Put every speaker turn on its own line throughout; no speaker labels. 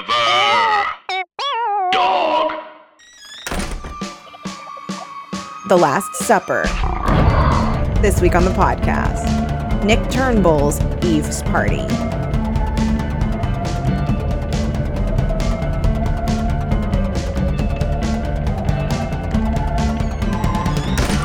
Forever. Dog.
The Last Supper. This week on the podcast, Nick Turnbull's Eve's Party.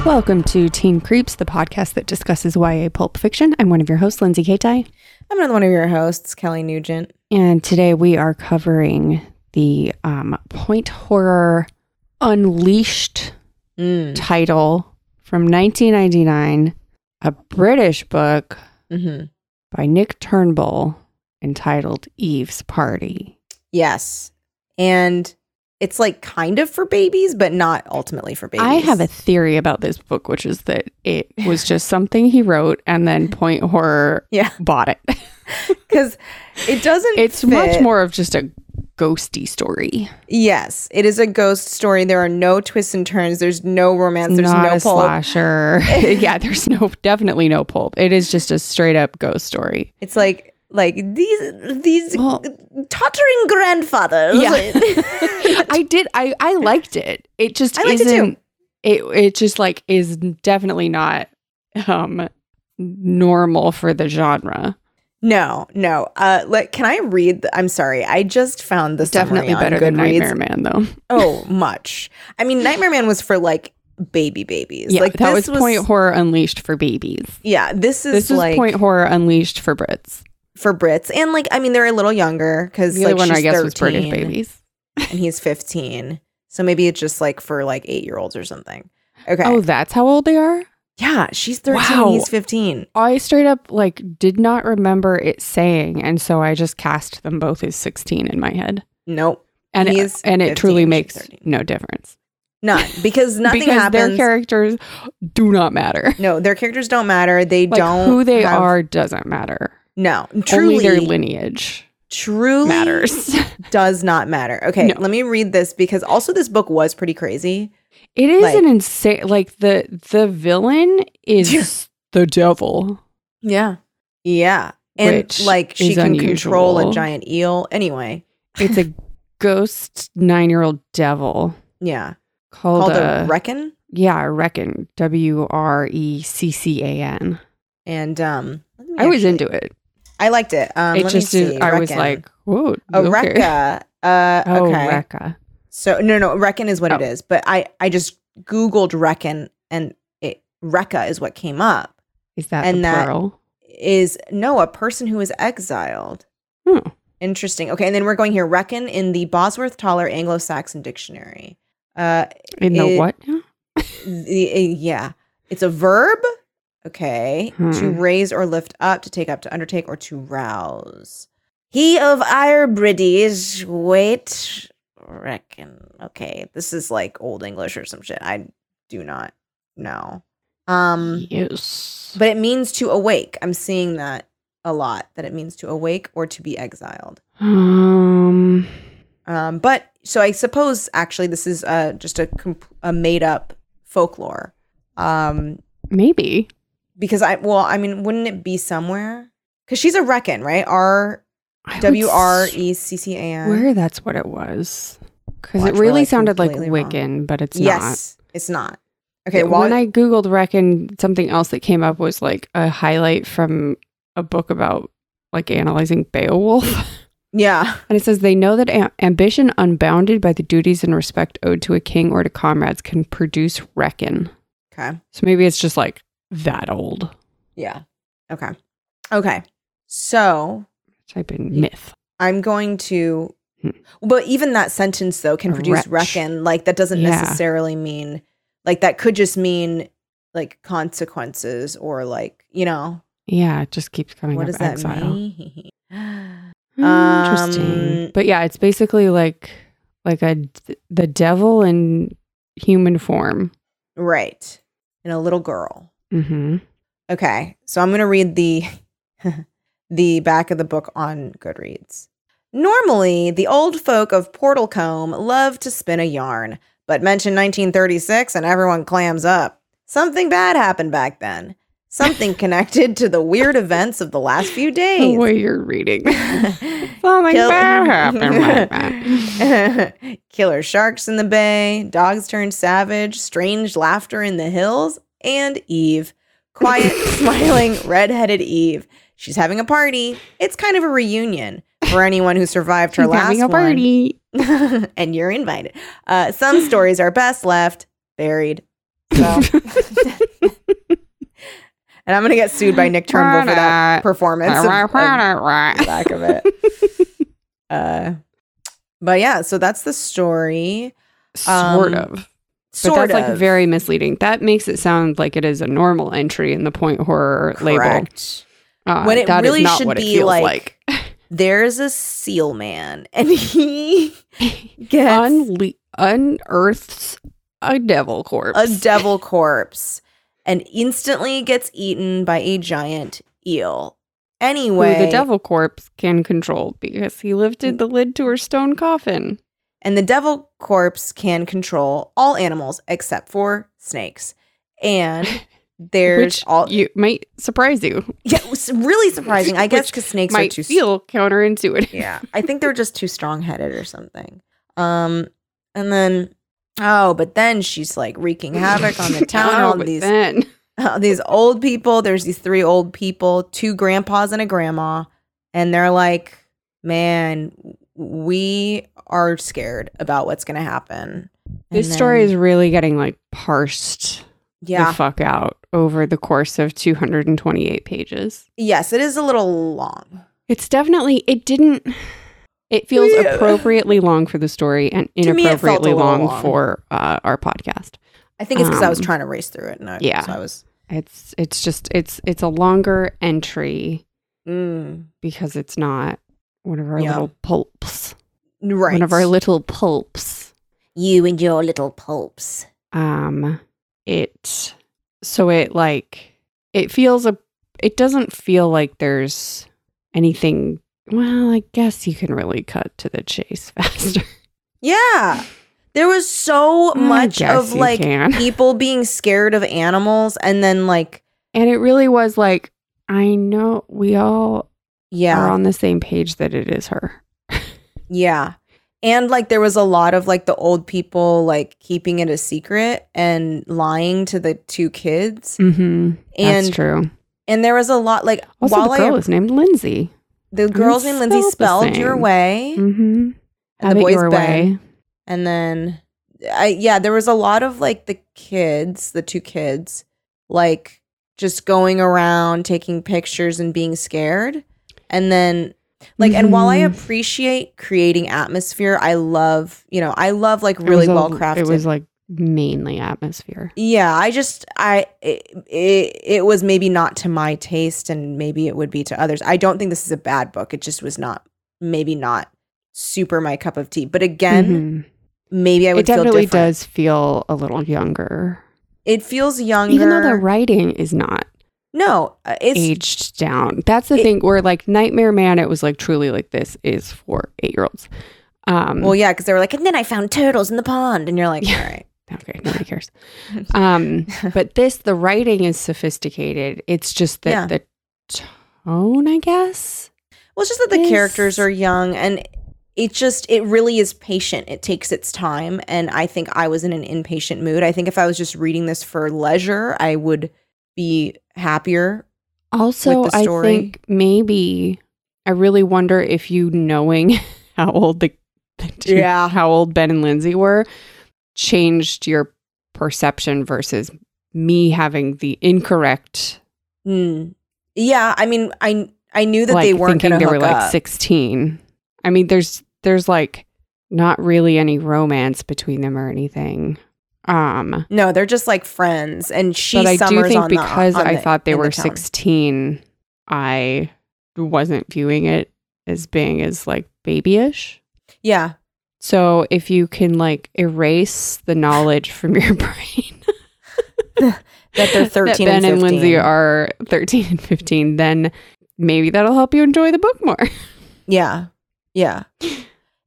Welcome to Teen Creeps, the podcast that discusses YA pulp fiction. I'm one of your hosts, Lindsay Kaitai,
I'm another one of your hosts, Kelly Nugent.
and today we are covering the um, point horror unleashed
Mm.
title from 1999, a British book
hmm
by Nick Turnbull entitled Eve's Party.
Yes. And it's like kind of for babies, but not ultimately for babies.
I have a theory about this book, which is that it was just something he wrote and then point horror
Yeah.
bought it.
because it doesn't.
It's
fit.
much more of just a ghosty story.
Yes, it is a ghost story. There are no twists and turns. There's no romance. There's
not
no
a
pulp.
slasher. yeah, there's no definitely no pulp. It is just a straight up ghost story.
It's like like these these
Well-
tottering grandfathers.
Yeah. I did. I I liked it. It just
I liked it too.
isn't. It, it just like is definitely not um normal for the genre.
no, no. Uh, like, can I read? The, I'm sorry, I just found this
definitely better than Nightmare Man though.
Oh, much. I mean, Nightmare Man was for like baby babies.
Yeah,
like
that
this
was, Point Horror Unleashed for babies.
Yeah, this is
This was
like
Point Horror Unleashed for Brits.
for Brits, and like I mean, they're a little younger because
The
like
other one
she's
I guess
13,
was British babies.
and he's 15. So maybe it's just like for like eight year olds or something. Okay.
Oh, that's how old they are.
Yeah, she's 13,
Wow.
he's 15.
I straight up like did not remember it saying, and so I just cast them both as sixteen in my head,
Nope,
and
He
it,
is 15,
and it truly
she's
makes
13.
no difference
none because nothing
because
happens.
their characters do not matter.
no, their characters don't matter. They
Like
don't
who they
have-
are doesn't matter.
No,
Only
truly,
their lineage
truly
matters.
does not matter. Okay,
No.
let me read this because also this book was pretty crazy.
it is
Like-
an insane. Like the the villain is
Yeah.
the devil.
Yeah, yeah, and
Which
like she
is
can control a
unusual.
giant eel. Anyway,
It's a ghost nine year old devil
yeah,
called,
called
a,
a reckon,
yeah, I reckon W R E C C A N.
and um, let me
I was
actually-
into it.
I liked it. Um,
it
let me
just is,
see,
I was
Reckon.
like, whoa,
a
okay.
Rekka. Uh,
Oh,
okay.
Rekka.
So no, no, reckon is what it
Oh.
is. But I, I just googled reckon, and it Rekka is what came up.
Is that
And
the
that-
plural?
Is no a person who is exiled.
Hmm.
Interesting. Okay, and then we're going here. Reckon in the Bosworth Taller Anglo-Saxon Dictionary. Uh,
In the
it-
what? now?
the- uh, yeah, it's a verb. Okay, to
Hmm.
raise or lift up, to take up, to undertake, or to rouse. He of Irebrides, wait, reckon. Okay, this is like Old English or some shit. I do not know. Um,
yes.
but it means to awake. I'm seeing that a lot. That it means to awake or to be exiled.
Um,
Um, but so I suppose actually this is uh, just a, comp- a made up folklore. Um,
maybe.
because I, well, I mean, wouldn't it be somewhere? Because she's a Reckin, right? R
I would
W R E C C A N.
Where that's what it was. Because
Watch,
it
we're,
really
like,
sounded like
completely wrong.
Wiccan, but it's not.
Yes, it's not. Okay,
It-
while,
when I Googled Reckon, something else that came up was like a highlight from a book about like analyzing Beowulf.
yeah,
And it says they know that am- ambition unbounded by the duties and respect owed to a king or to comrades can produce reckon.
okay,
So maybe it's just like that old.
yeah, okay, okay. So
Type in myth.
I'm going to,
Hmm.
but even that sentence though can
A
produce
wretch.
reckon. Like that doesn't
Yeah.
necessarily mean, like that could just mean like consequences or like you know
Yeah, it just keeps coming
what
up.
does that
exile. Hmm,
mean? Um,
Interesting. But yeah, it's basically like like a d- the devil in human form.
right, and a little girl.
Mm-hmm.
Okay, so I'm going to read the the back of the book on Goodreads. Normally, the old folk of Portalcombe love to spin a yarn, but mention 1936 and everyone clams up. Something bad happened back then. Something connected to the weird events of the last few
The
days.
way you're reading. Something
Kill-
bad happened like that.
Killer sharks in the bay, dogs turned savage, strange laughter in the hills, and Eve. Quiet, smiling, redheaded Eve. She's having a party. It's kind of a reunion for anyone who survived her
She's
last
having a
one.
party.
and you're invited. Uh, some stories are best left buried. So. and I'm going to get sued by Nick Turnbull for that performance. of- of the back of it. Uh, but yeah, so that's the story.
sort
Um,
of. But
Sort
that's
of.
like very misleading. That makes it sound like it is a normal entry in the point horror label.
Correct.
Uh,
When it
that is
really
not
should
what it
be
feels
like-
like.
There's a seal man, and he gets
Unle- unearths a devil corpse.
a devil corpse and instantly gets eaten by a giant eel.
who
Anyway,
the devil corpse can control because he lifted the lid to her stone coffin.
And the devil corpse can control all animals except for snakes. And there's
which
all
you might surprise you.
yeah, it was really surprising. I guess
Which
because snakes are
might
too s-
feel counterintuitive.
yeah, I think they're just too strong-headed or something. Um, and then oh, but then she's like wreaking havoc on the town.
Oh,
all
but
these
then-
all these old people. There's these three old people, two grandpas and a grandma, and they're like, "Man, we are scared about what's gonna happen." And
this story
then-
is really getting like parsed
yeah,
the fuck out over the course of 228 pages.
Yes, it is a little long.
It's definitely it didn't it feels
Yeah.
appropriately long for the story and
To me, it felt a
inappropriately
little
long,
long.
for uh, our podcast.
I think it's because I was
Um,
trying to race through it, and I,
yeah.
so I was.
It's it's just it's it's a longer entry
Mm,
because it's not one of our
Yeah.
little pulps.
right.
One of our little pulps.
you and your little pulps.
um it so it like it feels a it doesn't feel like there's anything well i guess you can really cut to the chase faster
Yeah, there was so
I
much
guess
of
you
like
can.
people being scared of animals, and then like
and it really was like i know we all are
yeah,
on the same page that it is her
yeah, and like there was a lot of like the old people like keeping it a secret and lying to the two kids,
mm-hmm that's
and
true
and there was a lot like
also
while
the girl
I
is named lindsay
the girls named Lindsay
spelled the
spelled your
same.
way,
mm-hmm
and the boys Ben. And then I yeah, there was a lot of like the kids, the two kids, like just going around taking pictures and being scared. And then like and while I
Mhm.
appreciate creating atmosphere, I love, you know, I love like really well crafted.
it was like mainly atmosphere
yeah, I just I it, it it was maybe not to my taste and maybe it would be to others. I don't think this is a bad book. It just was not maybe not super my cup of tea. But again,
Mhm.
maybe I would
it
feel
definitely
different.
does feel a little younger.
It feels younger.
even though the writing is not
no, uh, it's
aged down. That's the
It-
thing where like Nightmare Man, it was like truly like this is for eight year olds. Um,
well, yeah, because they were like, and then I found turtles in the pond, and you're like,
Yeah.
all right,
okay, nobody cares. Um, but this, the writing is sophisticated. It's just that
Yeah.
the tone, I guess.
well, it's just that the
Yes.
characters are young, and it just it really is patient. It takes its time, and I think I was in an impatient mood. I think if I was just reading this for leisure, I would be happier.
Also,
With the
I
story.
think maybe I really wonder if you knowing how old the, the two-
Yeah.
how old Ben and Lindsay were changed your perception versus me having the incorrect
Mm. Yeah, I mean, I I knew that
like
they weren't
thinking
going to
they
hook
were like
up.
16. I mean there's there's like not really any romance between them or anything. Um
No, they're just like friends, and she.
but I do
summers
think
on the-
because
on
I
the-
thought they
in the
were
town.
16, I wasn't viewing it as being as like babyish.
Yeah,
So if you can like erase the knowledge from your brain
that they're 13
Ben
and,
and,
15.
Lindsay are 13 and 15, then maybe that'll help you enjoy the book more.
Yeah. Yeah.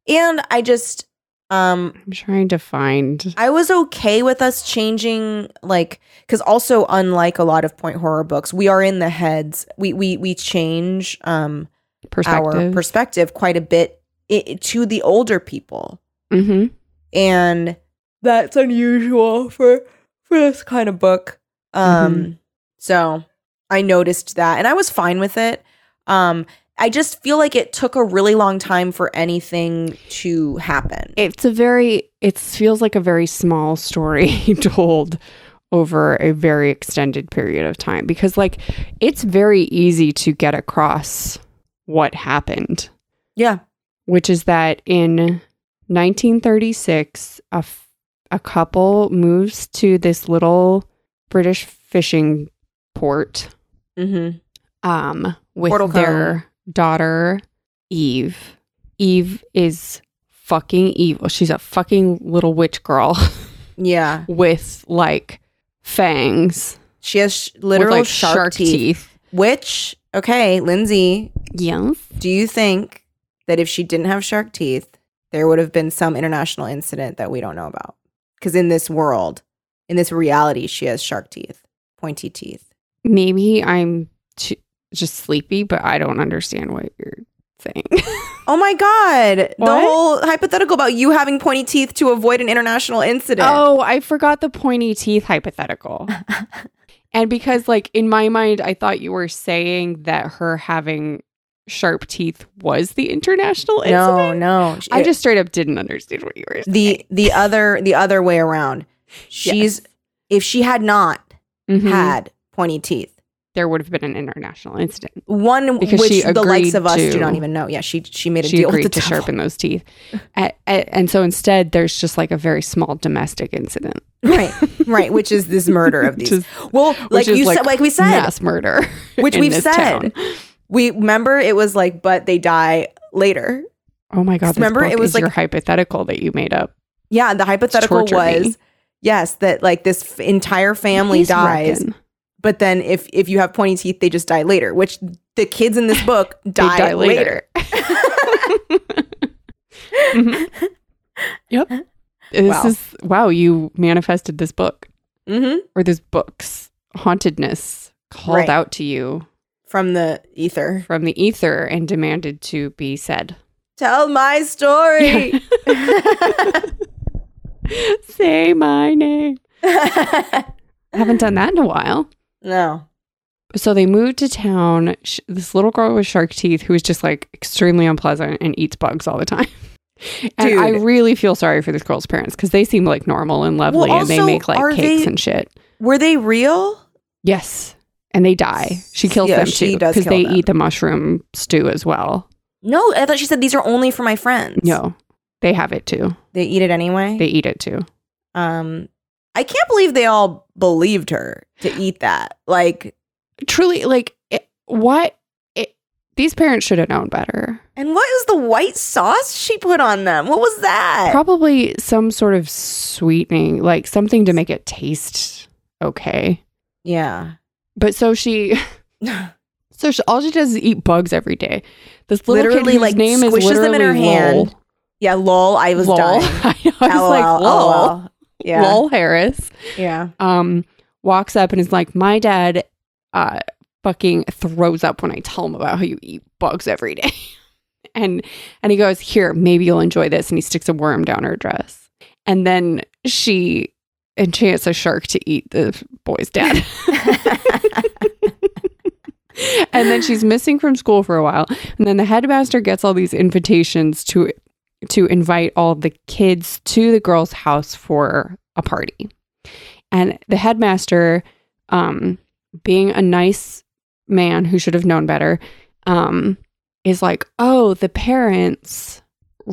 And I just Um,
I'm trying to find.
I was okay with us changing like cuz also unlike a lot of point horror books, we are in the heads. We we we change um our
Perspective.
perspective quite a bit i i- to the older people.
mm-hmm.
And that's unusual for for this kind of book. Um so I noticed that and I was fine with it. Um I just feel like it took a really long time for anything to happen.
It's a very, it feels like a very small story told over a very extended period of time because, like, it's very easy to get across what happened,
yeah.
which is that in 1936, a, f- a couple moves to this little British fishing port
Mhm.
um, with
Portal Cone.
their daughter Eve. Eve is fucking evil. She's a fucking little witch girl
Yeah.
with like fangs,
She has sh-
with,
literal
like,
shark, teeth. Which, okay, Lindsay,
Yes.
do you think that if she didn't have shark teeth, there would have been some international incident that we don't know about? Because in this world, in this reality, she has shark teeth, pointy teeth.
Maybe I'm too, just sleepy, but I don't understand what you're saying.
Oh my God. The
What?
whole hypothetical about you having pointy teeth to avoid an international incident.
oh, I forgot the pointy teeth hypothetical. and because, like, in my mind, I thought you were saying that her having sharp teeth was the international incident.
no, no.
I
It-
just straight up didn't understand what you were saying.
the the other the other way around. She's if she had not
Mhm.
had pointy teeth,
there would have been an international incident.
one
Because
which
she
the likes
agreed
of us do
to-
not even know. Yeah, she she made a
She
deal with the
agreed to
devil.
sharpen those teeth, A- a- and so instead, there's just like a very small domestic incident,
right, right, which is this murder of these.
Just-
well, like
which is
you said, like we said,
mass murder,
Which
in
we've
this
said.
town.
we remember it was like, but they die later.
Oh my god!
Remember,
Remember,
it
it
was
your
like-
hypothetical that you made up.
Yeah, the hypothetical
torture
was
me.
yes that like this f- entire family
Please
dies,
reckon.
but then if if you have pointy teeth, they just die later. Which the kids in this book
They
die, later.
Mhm. Yep. This
Wow.
is wow. You manifested this book
hmm
or this book's hauntedness called
Right.
out to you
From the ether,
from the ether and demanded to be said.
tell my story.
Say my name. I haven't done that in a while.
no.
So they moved to town. Sh- This little girl with shark teeth who is just like extremely unpleasant and eats bugs all the time. And I
Dude.
really feel sorry for this girl's parents because they seem like normal and lovely and they
also,
make like
are
cakes
they-
and shit.
Were they real?
Yes. And they die. She kills
Yeah,
them
she
too
does
because
kill
they
them.
eat the mushroom stew as well.
No, I thought she said these are only for my friends.
No, they have it too.
They eat it anyway.
They eat it too.
um I can't believe they all believed her to eat that. Like
Truly, like, it, what? It, these parents should have known better.
and what was the white sauce she put on them? What was that?
Probably some sort of sweetening, like something to make it taste okay.
yeah.
But so she, so she, all she does is eat bugs every day. This little
Literally,
kid whose
like,
name is
squishes them in her
literally Lol.
hand. yeah, lol, I was
Lol.
dying.
I, know, I was
LOL,
like, lol,
LOL. Yeah.
lol Harris.
Yeah.
Um, walks up and is like, my dad, uh, fucking throws up when I tell him about how you eat bugs every day. and and he goes, "Here, maybe you'll enjoy this." And he sticks a worm down her dress. And then she enchants a shark to eat the boy's dad. and then she's missing from school for a while. And then the headmaster gets all these invitations to to invite all the kids to the girl's house for a party. And the headmaster um being a nice man who should have known better um is like, oh, the parents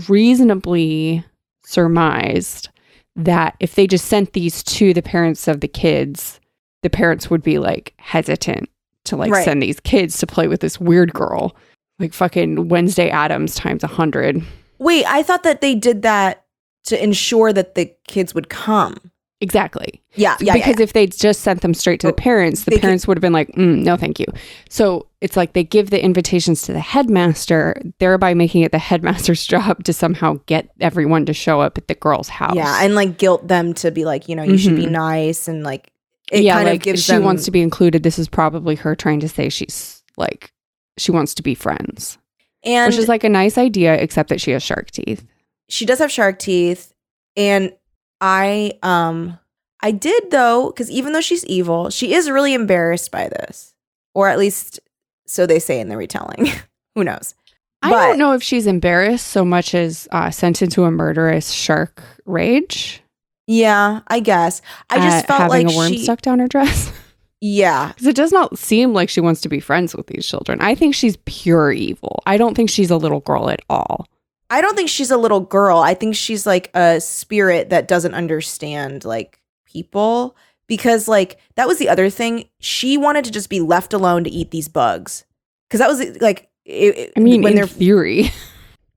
reasonably surmised that if they just sent these to the parents of the kids, the parents would be like hesitant to like
Right.
send these kids to play with this weird girl. Like fucking Wednesday Adams times a hundred.
Wait, I thought that they did that to ensure that the kids would come.
Exactly.
Yeah, yeah, yeah,
because if they'd just sent them straight to
Oh,
the parents, the
they can-
parents would have been like, mm, no, thank you. So it's like they give the invitations to the headmaster, thereby making it the headmaster's job to somehow get everyone to show up at the girl's house. Mm-hmm.
Yeah, and like guilt them to be like, you know, you should be nice and like it
yeah,
kind
like
of gives
she
them
wants to be included. This is probably her trying to say she's like, she wants to be friends,
and
which is like a nice idea, except that she has shark teeth.
she does have shark teeth and I um I did though cuz even though she's evil, she is really embarrassed by this. Or at least so they say in the retelling. Who knows?
I
But-
don't know if she's embarrassed so much as uh, sent into a murderous shark rage.
Yeah, I guess. I just
at
felt
having
like
a worm
she
stuck down her dress.
Yeah.
Because it does not seem like she wants to be friends with these children. I think she's pure evil. I don't think she's a little girl at all.
I don't think she's a little girl. I think she's like a spirit that doesn't understand like people because like that was the other thing. She wanted to just be left alone to eat these bugs because that was like it, it-
I mean,
when
in
they're
theory.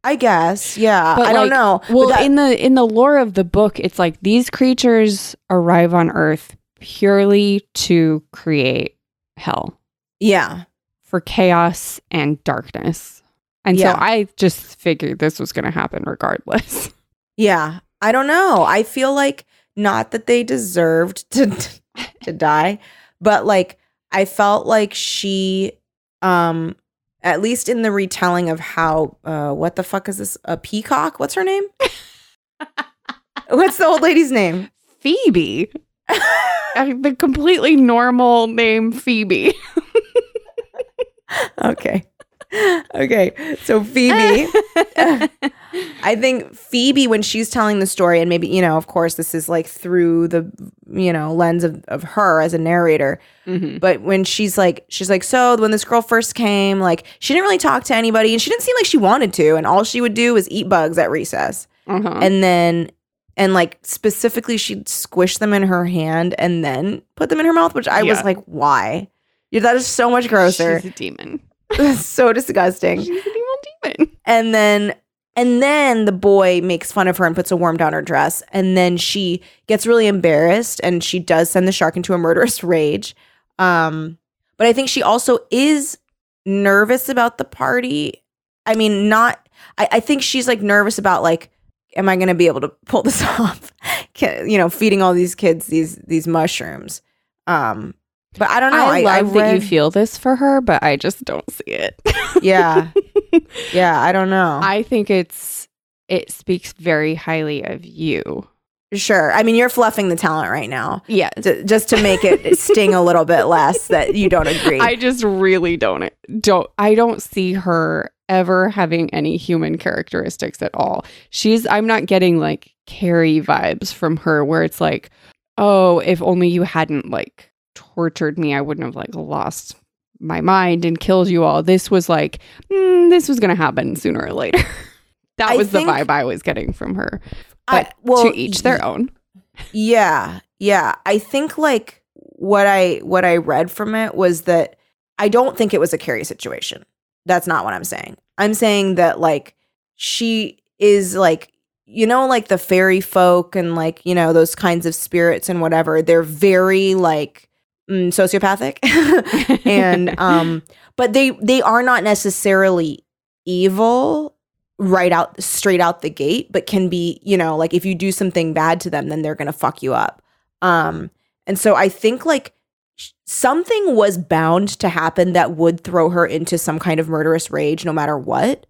I guess yeah.
But,
I don't
like,
know. But
Well,
that-
in the in the lore of the book, it's like these creatures arrive on Earth purely to create hell
yeah,
for chaos and darkness. And
Yeah.
so I just figured this was going to happen regardless.
yeah. I don't know. I feel like not that they deserved to to die, but like I felt like she um at least in the retelling of how uh what the fuck is this a peacock? What's her name? What's the old lady's name?
Phoebe, Uh, the completely normal name Phoebe.
okay. Okay. So Phoebe I think Phoebe, when she's telling the story, and maybe, you know, of course, this is like through the, you know, lens of, of her as a narrator.
Mhm.
But when she's like, she's like, so when this girl first came, like, she didn't really talk to anybody and she didn't seem like she wanted to. And all she would do was eat bugs at recess.
Uh-huh.
And then, and like specifically, she'd squish them in her hand and then put them in her mouth, which I was
Yeah.
like, why? Yeah, that is so much grosser.
She's a demon.
That's so disgusting.
She's an evil demon.
and then and then the boy makes fun of her and puts a worm down her dress and then she gets really embarrassed and she does send the shark into a murderous rage um but i think she also is nervous about the party i mean not i, I think she's like nervous about like am i going to be able to pull this off Can, you know feeding all these kids these these mushrooms um but i don't know
I, love that you
read-
feel this for her, but I just don't see it.
yeah yeah i don't know
I think it's it speaks very highly of you.
Sure. I mean, you're fluffing the talent right now
Yes.
j- just to make it sting a little bit less that you don't agree.
I just really don't don't I don't see her ever having any human characteristics at all. She's I'm not getting like Carrie vibes from her where it's like, "Oh, if only you hadn't like tortured me, I wouldn't have like lost my mind and killed you all." This was like, mm, this was going to happen sooner or later. that
I
was
think-
the vibe I was getting from her.
I-
But to each their own.
Yeah. Yeah. I think like what I what I read from it was that I don't think it was a Carrie situation. That's not what I'm saying. I'm saying that like she is like you know like the fairy folk and like you know those kinds of spirits and whatever. They're very like mm, sociopathic. and um but they they are not necessarily evil right out straight out the gate but can be you know like if you do something bad to them then they're gonna fuck you up um and so i think like sh- something was bound to happen that would throw her into some kind of murderous rage no matter what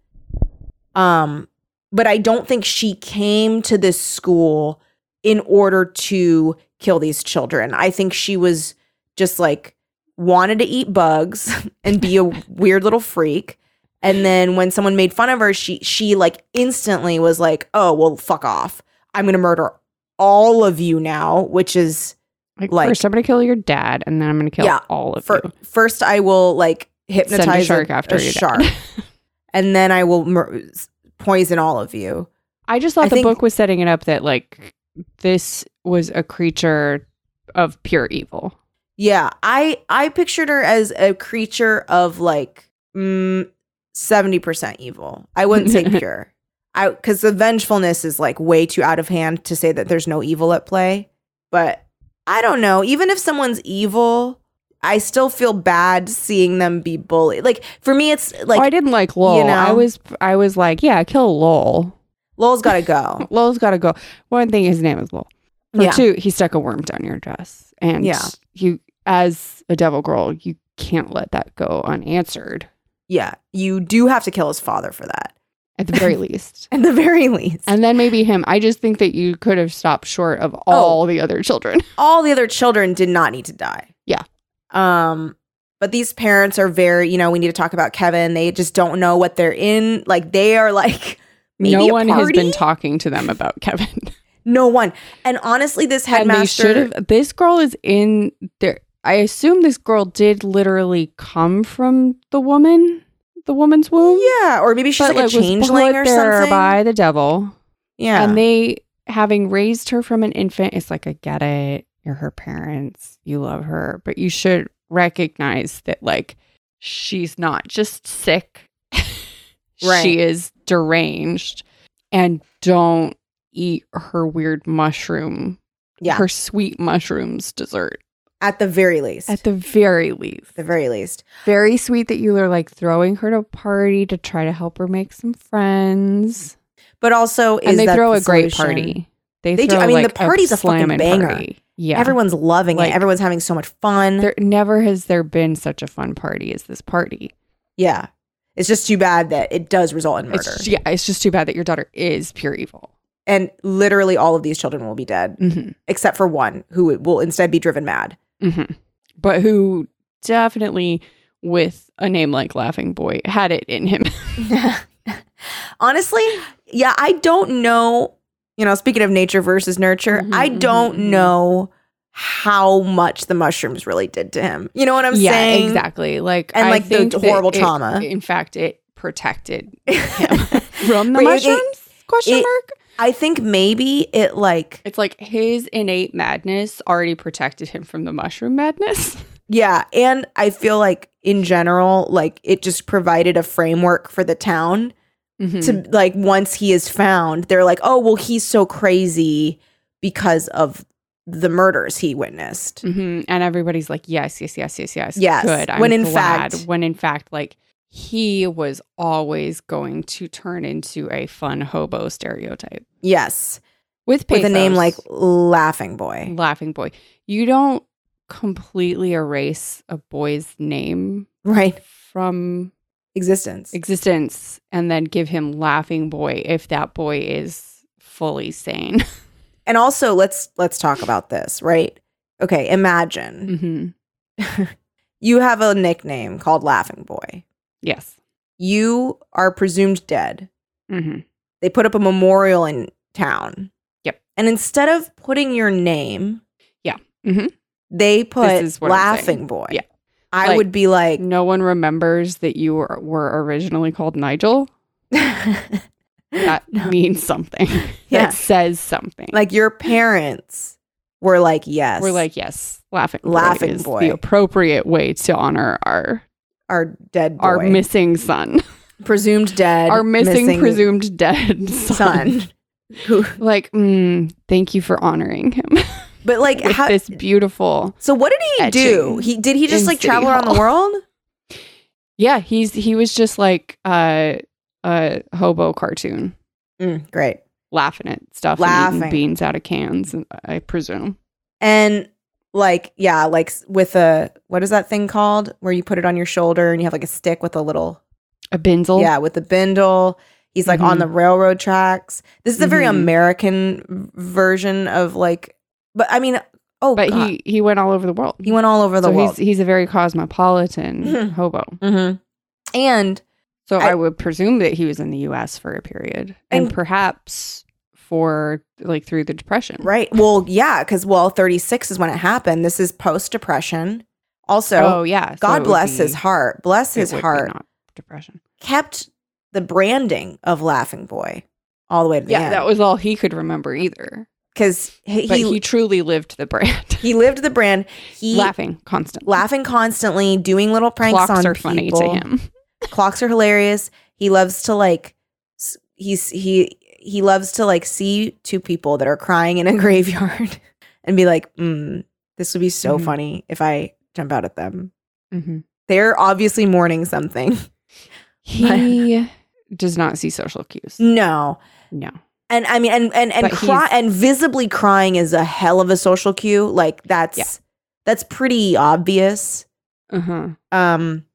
um but i don't think she came to this school in order to kill these children i think she was just like wanted to eat bugs and be a weird little freak. And then when someone made fun of her, she she like instantly was like, "Oh, well, fuck off. I'm going to murder all of you now," which is
like,
like-
first I'm gonna kill your dad, and then I'm gonna kill
Yeah,
all of
fir-
you.
first I will like hypnotize
Send a shark after
a
your dad.
shark. and then I will mur- poison all of you.
I just thought
I
the
think-
book was setting it up that like this was a creature of pure evil. Oh,
Yeah, I I pictured her as a creature of like mm, seventy percent evil. I wouldn't say pure, I because the vengefulness is like way too out of hand to say that there's no evil at play. But I don't know. Even if someone's evil, I still feel bad seeing them be bullied. Like for me, it's
oh, I
like
didn't like Lowell.
know.
I was I was like, yeah, kill Lowell.
Lowell's got to go.
Lowell's got to go. One thing, his name is Lowell. For
Yeah.
two, he stuck a worm down your dress, and
Yeah.
you, as a devil girl, you can't let that go unanswered.
yeah, you do have to kill his father for that,
At the very least.
at the very least.
And then maybe him. I just think that you could have stopped short
Oh.
of all the other children.
all the other children did not need to die.
Yeah.
Um, but these parents are very, you know, we need to talk about Kevin. They just don't know what they're in. Like they are like maybe
no
a
one has been
party?
talking to them about Kevin.
no one. And honestly, this headmaster
And they should have. This girl is in there. I assume this girl did literally come from the woman, the woman's womb.
Yeah, or maybe she's
but
like, a
was
changeling
put
or
there
something.
by the devil.
yeah.
And they, having raised her from an infant, it's like I get it. You're her parents. You love her, but you should recognize that like she's not just sick.
Right.
She is deranged, and don't eat her weird mushroom
yeah.
her sweet mushrooms dessert
at the very least.
at
At
the very least.
the very least.
Very sweet that you are like throwing her to a party to try to help her make some friends.
But also is
and they
that
throw
the
a great
solution?
party. They,
They do-
throw,
I mean, the
like,
party's a fucking
slamming
banger.
Party. Yeah.
Everyone's loving
Like-
it. Everyone's having so much fun.
there never has there been such a fun party as this party.
yeah. It's just too bad that it does result in murder.
It's yeah, it's just too bad that your daughter is pure evil.
and literally all of these children will be dead.
hmm
except for one who will instead be driven mad.
hmm But who definitely, with a name like Laughing Boy, had it in him.
Honestly, yeah, I don't know. You know, speaking of nature versus nurture,
Mhm,
I don't
mhm, mhm.
know how much the mushrooms really did to him. You know what I'm
yeah,
saying?
exactly. Like
And,
I
like, the
think that
horrible
it-
trauma.
In fact, it protected
Exactly.
from the
Right, it-
mushrooms. question
it-
mark.
I think maybe it like
It's like his innate madness already protected him from the mushroom madness.
yeah, and I feel like in general, like it just provided a framework for the town
To-
to like once he is found, they're like, oh well, he's so crazy because of the murders he witnessed.
Mhm. And everybody's like, yes, yes, yes, yes, yes.
Yes.
Good. I'm
When in
glad.
fact-
when in fact, like he was always going to turn into a fun hobo stereotype
Yes.
with
With a name
pathos.
like Laughing Boy.
Laughing Boy. You don't completely erase a boy's name
Right.
from
Existence.
existence and then give him laughing boy if that boy is fully sane.
And also let's let's talk about this, right? Okay, imagine
hmm
you have a nickname called Laughing Boy.
Yes.
You are presumed dead.
hmm
They put up a memorial in town.
Yep.
And instead of putting your name,
Yeah. Mhm.
They put
is what I'm saying.
Laughing Boy.
Yeah.
I
Like-
would be like
No one remembers that you were, were originally called Nigel. That
No.
means something.
Yeah.
That says something.
like your parents were like, yes.
We're like, yes, laughing boy
Laughing
is
Boy.
the appropriate way to honor our
our dead boy.
our missing son,
presumed dead,
our missing, presumed dead son.
son. Who,
Like, mm, thank you for honoring him.
but like,
with
how?
this beautiful
so what did he do?
etching
He did he just
in
like
City
travel around the
Hall.
world?
Yeah, he's he was just like uh, a hobo cartoon,
Mm, great.
laughing at stuff, and eating
Laughing.
beans out of cans. I presume.
And like, yeah, like s- with a what is that thing called where you put it on your shoulder and you have like a stick with a little
A binzel.
yeah with a bindle. He's like on
Mhm.
the railroad tracks. This is a very
Mhm.
American v- version of like, but I mean, oh,
but
God.
he he went all over the world.
he went all over the
so
world.
he's he's a very cosmopolitan
Mhm.
hobo.
hmm And
So
I-
I, would presume that he was in the U.S. for a period, and,
And-
perhaps for like through the depression.
Right. Well, yeah, because well, 36 is when it happened. This is post depression. Also,
oh yeah. So it
God
would
bless
be-
his heart. Bless
it
his
would be
heart.
not depression.
Kept the branding of Laughing Boy all the way to the
Yeah,
end.
that was all he could remember either.
because he,
But
he
he truly lived the brand.
he lived the brand. He
laughing constantly.
laughing constantly, doing little pranks
Clocks
on
are funny to
people.
him.
Clocks are hilarious. He loves to like. s- He's he he loves to like see two people that are crying in a graveyard and be like, mm, this would be so
Mhm.
funny if I jump out at them.
Mm-hmm.
They're obviously mourning something.
He does not see social cues.
No.
No.
And I mean, and and and
But
cry,
he's-
and visibly crying is a hell of a social cue. Like that's that's pretty obvious.
Uh huh.
Um,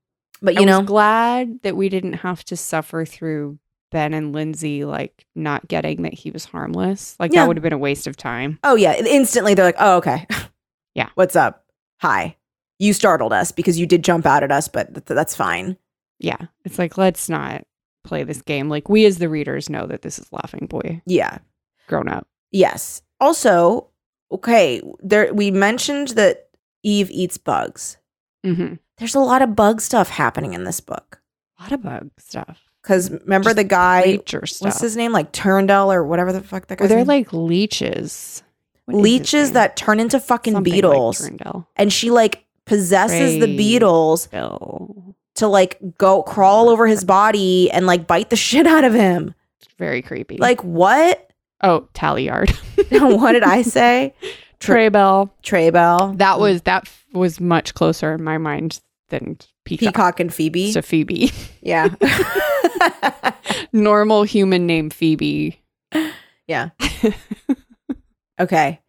but
I
you know,
was glad that we didn't have to suffer through Ben and Lindsay like not getting that he was harmless. Like
Yeah.
that would have been a waste of time.
oh yeah, instantly they're like, oh okay,
Yeah.
what's up? Hi, you startled us because you did jump out at us, but th- that's fine.
Yeah, it's like let's not play this game. Like we as the readers know that this is Laughing Boy
Yeah,
grown up.
yes. Also, okay, there we mentioned that Eve eats bugs.
Mm-hmm.
There's a lot of bug stuff happening in this book
A lot of bug stuff.
because remember
Just
the guy.
Creature stuff.
What's his name? Like Turndell or whatever the fuck that
Were
guy's
there
name-
like leeches? What is his
leeches
name?
that turn into fucking
Something like
beetles.
Turndell.
and she like possesses the
Right.
beetles
Bill.
to like go crawl over his body and like bite the shit out of him.
It's very creepy.
Like what?
oh, Tallyard.
what did I say?
Trey Bell.
Trey Bell.
That was that f- was much closer in my mind than Peacock,
Peacock and Phoebe.
to Phoebe.
yeah.
Normal human name Phoebe.
yeah. Okay.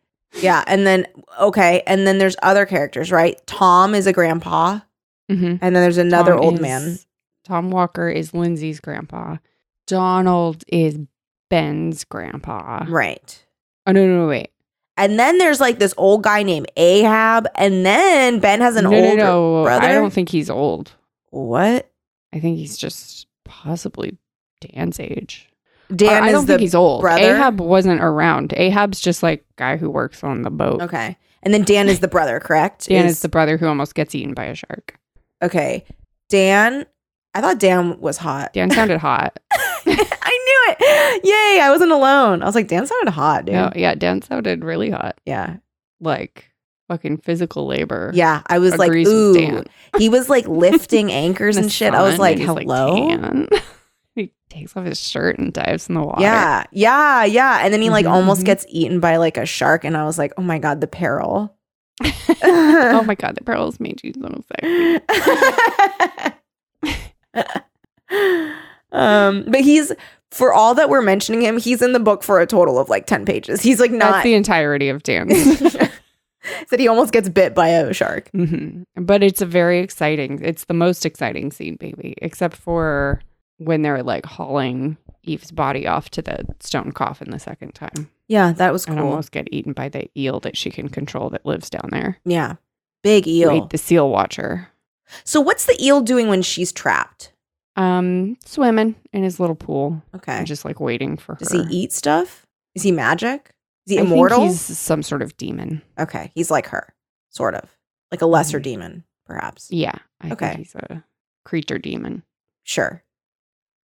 Yeah, and then okay, and then there's other characters, right? Tom is a grandpa,
Mhm.
and then there's another
Tom
old
is-
man.
Tom Walker is Lindsay's grandpa. Donald is Ben's grandpa.
Right.
Oh no no, no wait.
And then there's like this old guy named Ahab, and then Ben has an
no,
old older
no no
brother.
I don't think he's old.
what?
I think he's just possibly Dan's age. Or
Dan
I don't
is
think
the
he's old.
brother?
Ahab wasn't around. Ahab's just like guy who works on the boat.
okay, and then Dan is the brother, correct?
Dan is the brother who almost gets eaten by a shark.
okay. Dan, I thought Dan was hot.
Dan sounded hot.
I knew it. Yay! I wasn't alone. I was like, Dan sounded hot, dude.
No, yeah, Dan sounded really hot.
Yeah,
Like fucking physical labor.
yeah. I was like,
agrees with
ooh.
Dan.
He was like lifting anchors
In
and
the
shit. I was
sun,
like,
and he's
hello.
"Dan." he takes off his shirt and dives in the water.
yeah, yeah, yeah. And then he like
Mhm,
almost
mhm.
gets eaten by like a shark, and I was like, oh my god, the peril.
oh my god, the pearls made you so sick.
um, but he's for all that we're mentioning him, he's in the book for a total of like ten pages. He's like
That's
not
the entirety of Dan's.
that he almost gets bit by a shark.
hmm But it's a very exciting. It's the most exciting scene, baby, except for when they're like hauling Eve's body off to the stone coffin the second time
Yeah, that was cool.
and almost get eaten by the eel that she can control that lives down there.
yeah, big
Who
eel.
ate the seal watcher.
So what's the eel doing when she's trapped?
Um, swimming in his little pool
Okay,
and just like waiting for
does
her.
he eat stuff? Is he magic? Is he
I think
immortal?
he's some sort of demon.
okay, he's like her, sort of like a lesser
Mhm.
demon, perhaps.
Yeah. I
Okay.
think he's a creature demon.
sure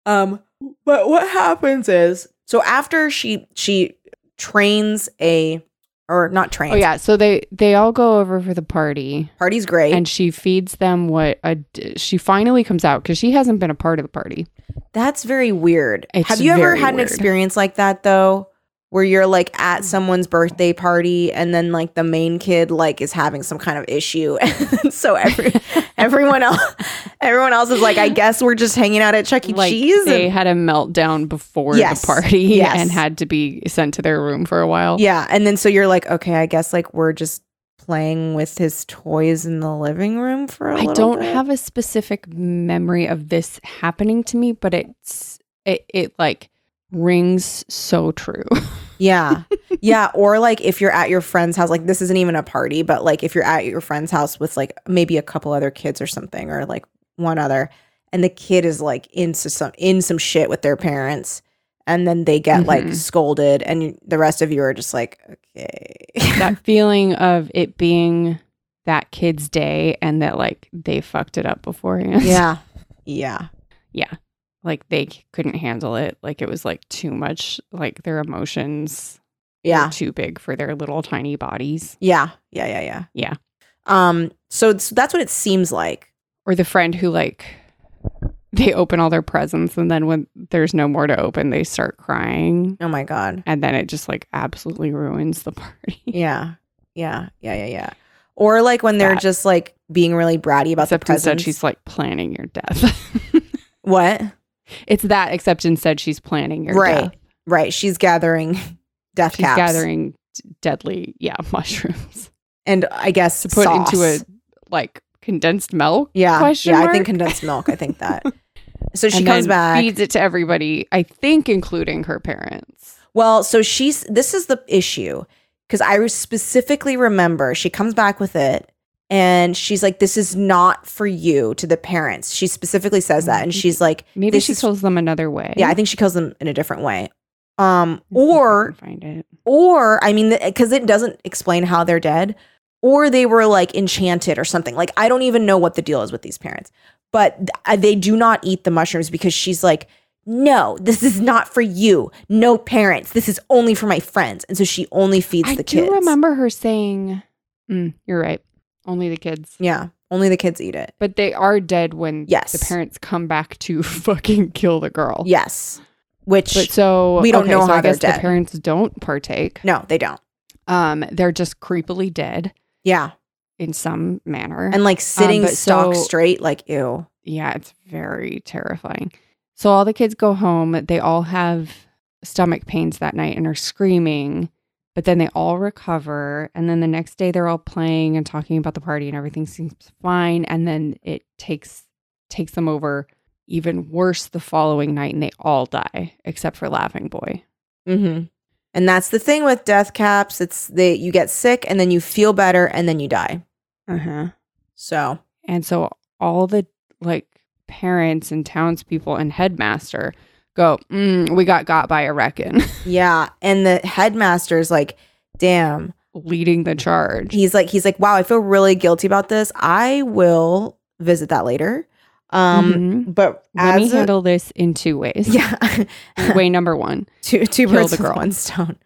um but what happens is so after she she trains a or not trains
Oh yeah, so they they all go over for the party
party's great
and she feeds them what a d- she finally comes out cuz she hasn't been a part of the party.
that's very weird
It's
have you ever
very
had an
weird. Mm.
experience like that though where you're like at someone's birthday party and then like the main kid like is having some kind of issue and so every everyone else everyone else is like i guess we're just hanging out at chuck e
Like
cheese and-
they had a meltdown before
Yes.
the party
Yes.
and had to be sent to their room for a while.
Yeah. And then so you're like, okay, I guess like we're just playing with his toys in the living room for a
I
little
don't
bit.
have a specific memory of this happening to me, but it's it, it like rings so true.
Yeah. yeah. Or like if you're at your friend's house, like this isn't even a party, but like if you're at your friend's house with like maybe a couple other kids or something or like one other, and the kid is like into some in some shit with their parents. And then they get like
Mhm.
scolded, and you- the rest of you are just like, okay,
that feeling of it being that kid's day and that like they fucked it up beforehand.
yeah, yeah,
yeah. Like they c- couldn't handle it. Like it was like too much. Like their emotions were
yeah.
too big for their little tiny bodies.
Yeah. Yeah. Yeah. Yeah.
Yeah.
Um, so it's, that's what it seems like.
Or the friend who like they open all their presents and then when there's no more to open, they start crying.
Oh my God.
And then it just like absolutely ruins the party.
Yeah. Yeah, yeah, yeah, yeah. Or like when they're
That.
just like being really bratty about
except
the
instead
presents.
she's like planning your death.
what?
it's that except instead she's planning your
Right.
death.
Right, she's gathering death
She's
caps
gathering d- deadly, yeah, mushrooms
and I guess
to put
sauce.
into a like condensed milk.
yeah.
question
yeah, I
mark?
think condensed milk. I think that. So she
and
comes
then
back.
feeds it to everybody. I think including her parents.
Well, so she's this is the issue because I specifically remember she comes back with it and she's like, This is not for you to the parents. She specifically says that. And she's like,
Maybe
This
she
is-
kills them another way.
Yeah, I think she kills them in a different way. Um,
Let's see if I
or
can find it.
or I mean, because it doesn't explain how they're dead, or they were like enchanted or something. Like I don't even know what the deal is with these parents, but th- uh, they do not eat the mushrooms because she's like, no, this is not for you. No parents. This is only for my friends, and so she only feeds
I
the
do
kids.
remember her saying, Mm, "You're right, only the kids."
Yeah, only the kids eat it.
But they are dead when
Yes.
the parents come back to fucking kill the girl.
Yes, which
But so
We don't
okay,
know
so
how
I
they're
guess
dead.
The parents don't partake.
no, they don't.
Um, they're just creepily dead
Yeah,
in some manner.
and like sitting
Um, but
stock
so-
straight, like ew.
yeah, it's very terrifying. So all the kids go home. They all have stomach pains that night and are screaming, but then they all recover. And then the next day, they're all playing and talking about the party, and everything seems fine. And then it takes takes them over even worse the following night, and they all die except for Laughing Boy.
Mm-hmm. And that's the thing with death caps. It's they you get sick and then you feel better and then you die.
Uh huh.
So
And so all the like parents and townspeople and headmaster go, mm, we got got by a wreckin',
yeah, and the headmaster is like, "Damn."
leading the charge.
He's like, he's like, "Wow, I feel really guilty about this. I will visit that later." Um,
Mhm.
but
Let me
as a-
handle this in two ways.
yeah,
Way number one.
two two
Kill
birds
the
with
girl.
one stone.